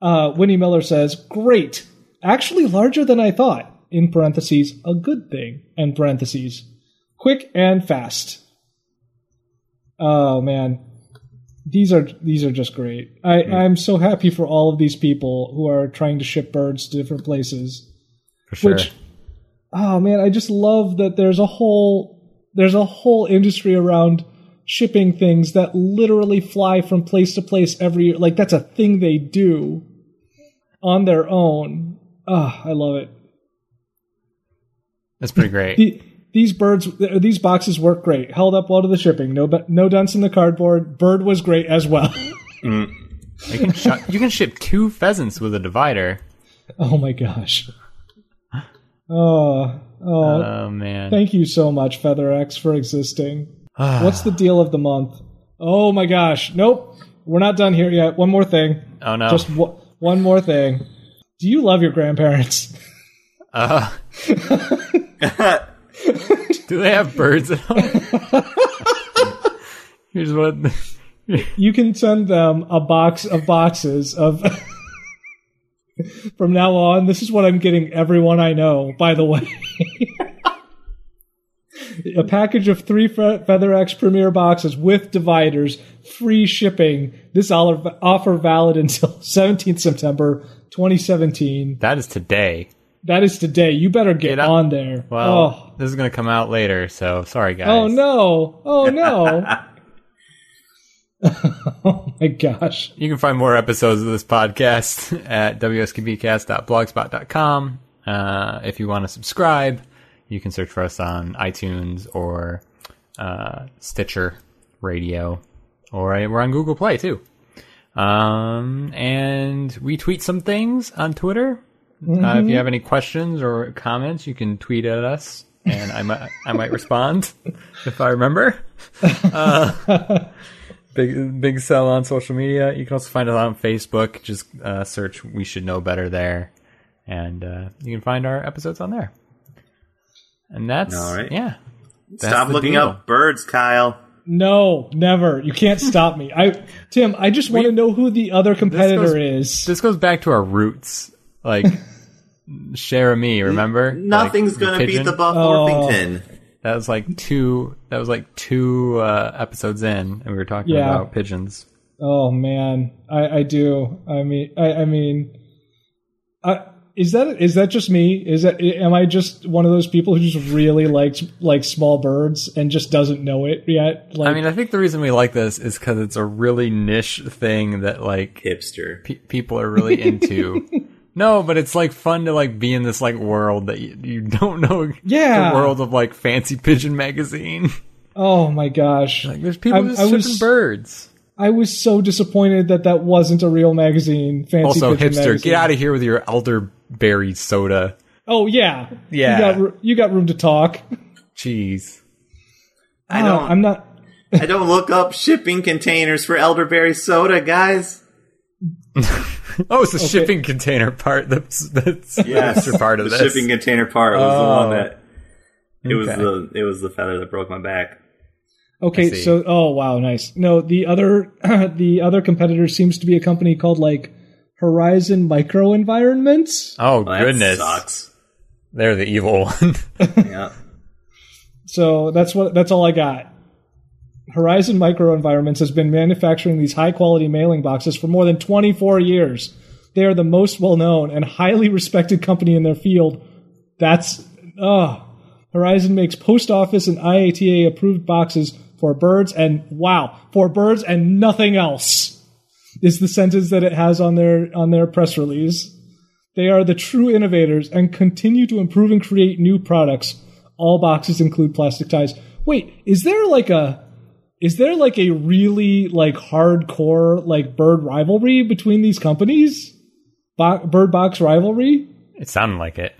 S1: uh, winnie miller says great actually larger than i thought in parentheses a good thing and parentheses quick and fast oh man these are these are just great I, i'm so happy for all of these people who are trying to ship birds to different places
S2: for sure.
S1: which oh man i just love that there's a whole there's a whole industry around shipping things that literally fly from place to place every year. Like that's a thing they do on their own. Ah, I love it.
S2: That's pretty great.
S1: The- these birds, these boxes work great. Held up well to the shipping. No, bu- no dents in the cardboard. Bird was great as well.
S2: You can, sh- you can ship two pheasants with a divider.
S1: oh my gosh. Oh, oh.
S2: Oh man.
S1: Thank you so much, FeatherX, for existing. What's the deal of the month? Oh my gosh. Nope. We're not done here yet. One more thing.
S2: oh no.
S1: Just w- one more thing. Do you love your grandparents?
S2: Uh, do they have birds at home? Here's what.
S1: You can send them a box of boxes of. From now on, this is what I'm getting everyone I know, by the way. a package of three Fe- FeatherX Premier boxes with dividers, free shipping. This olive- offer valid until 17th September 2017.
S2: That is today.
S1: That is today. You better get
S2: Get up.
S1: on there.
S2: Well, this is gonna come out later, so sorry guys.
S1: oh. oh no. Oh no. oh my gosh.
S2: You can find more episodes of this podcast at wskbcast.blogspot.com. Uh, if you want to subscribe, you can search for us on iTunes or uh, Stitcher Radio, or uh, we're on Google Play too. Um, and we tweet some things on Twitter. Uh, if you have any questions or comments, you can tweet at us, and I might I might respond if I remember. Uh, Big big sell on social media. You can also find us on Facebook. Just uh, search "We Should Know Better" there, and uh, you can find our episodes on there. And that's
S3: All right.
S2: yeah. That's
S3: Stop
S2: the
S3: looking
S2: deal.
S3: up birds, Kyle.
S1: No, never. You can't stop me. I Tim, I just want to know who the other competitor
S2: goes-
S1: is.
S2: This goes back to our roots, like share me. Remember, Like,
S3: Nothing's gonna beat
S2: pigeon?
S3: the Buff
S1: Oh.
S3: Orpington.
S2: That was like two. That was like two uh, episodes in, and we were talking
S1: Yeah.
S2: about pigeons.
S1: Oh man, I, I do. I mean, I, I mean, I, is that is that just me? Is that am I just one of those people who just really likes like small birds and just doesn't know it yet? Like,
S2: I mean, I think the reason we like this is because it's a really niche thing that like
S3: Hipster.
S2: pe- people are really into. no, but it's like fun to like be in this like world that you, you don't know.
S1: Yeah.
S2: the world of like fancy pigeon magazine.
S1: oh my gosh,
S2: like there's people
S1: I-
S2: just
S1: I
S2: shipping
S1: was-
S2: birds.
S1: I was so disappointed that that wasn't a real magazine. Fancy
S2: Also,
S1: Pigeon
S2: hipster,
S1: magazine.
S2: get out of here with your elderberry soda.
S1: Oh yeah,
S2: Yeah.
S1: You got, ro- you got room to talk.
S2: Jeez.
S3: I
S1: Oh,
S3: don't.
S1: I'm not.
S3: I don't look up shipping containers for elderberry soda, guys.
S2: Oh, it's the shipping container part. That's that's
S3: Yes,
S2: the hipster part of
S3: the
S2: this.
S3: shipping container part was the one
S2: Oh.
S3: that it was
S2: Okay.
S3: the it was the feather that broke my back.
S2: I
S1: Okay,
S2: see.
S1: so oh wow, nice. No, the other the other competitor seems to be a company called like Horizon Micro Environments.
S2: Oh
S3: Well, that
S2: goodness,
S3: sucks.
S2: they're the evil one.
S3: yeah.
S1: So that's what that's all I got. Horizon Micro Environments has been manufacturing these high quality mailing boxes for more than 24 years. They are the most well known and highly respected company in their field. That's oh, Horizon makes post office and IATA approved boxes for birds and wow, for birds and nothing else. Is the sentence that it has on their on their press release. They are the true innovators and continue to improve and create new products. All boxes include plastic ties. Wait, is there like a is there like a really like hardcore like bird rivalry between these companies? Bo- bird box rivalry?
S2: it sounded like it.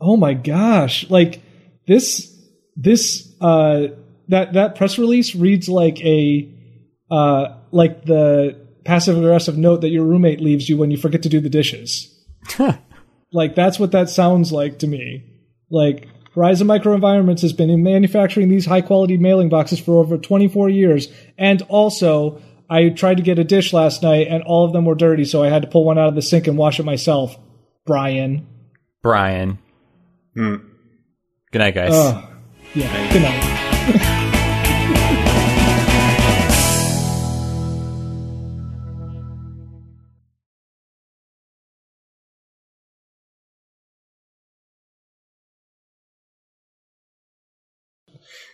S1: Oh my gosh. Like this this uh that that press release reads like a uh like the passive aggressive note that your roommate leaves you when you forget to do the dishes. like that's what that sounds like to me. Like Horizon Microenvironments has been in manufacturing these high quality mailing boxes for over 24 years and also I tried to get a dish last night and all of them were dirty so I had to pull one out of the sink and wash it myself. Brian.
S2: Brian.
S3: Hmm.
S2: Good night, guys.
S1: Ugh. yeah, good night.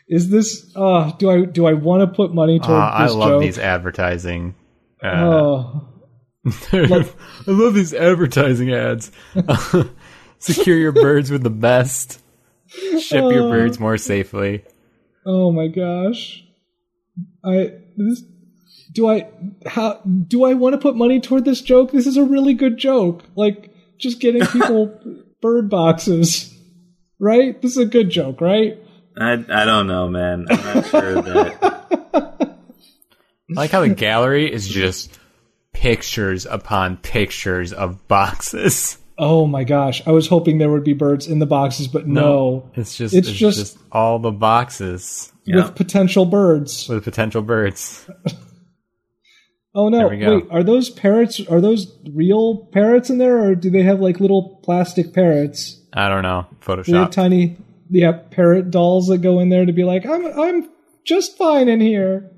S1: Is this? Uh, do I do I want to put money
S2: Uh,
S1: toward
S2: I
S1: this
S2: love
S1: joke?
S2: these advertising. Uh,
S1: oh,
S2: I love these advertising ads. Secure your birds with the best. Ship your
S1: Oh.
S2: birds more safely.
S1: oh my gosh! I this do I how do I want to put money toward this joke? This is a really good joke. Like just getting people bird boxes, right? This is a good joke, right?
S3: I I don't know, man. I'm not sure that.
S2: I like how the gallery is just pictures upon pictures of boxes.
S1: Oh my gosh! I was hoping there would be birds in the boxes, but no,
S2: It's just
S1: It's
S2: it's,
S1: just-
S2: just, all the boxes
S3: Yeah.
S1: with potential birds.
S2: with potential birds.
S1: Oh no!
S2: There we go.
S1: Wait, are those parrots? Are those real parrots in there, or do they have like little plastic parrots?
S2: I don't know.
S1: Do they have
S2: Photoshop.
S1: tiny, yeah, parrot dolls that go in there to be like, I'm I'm just fine in here.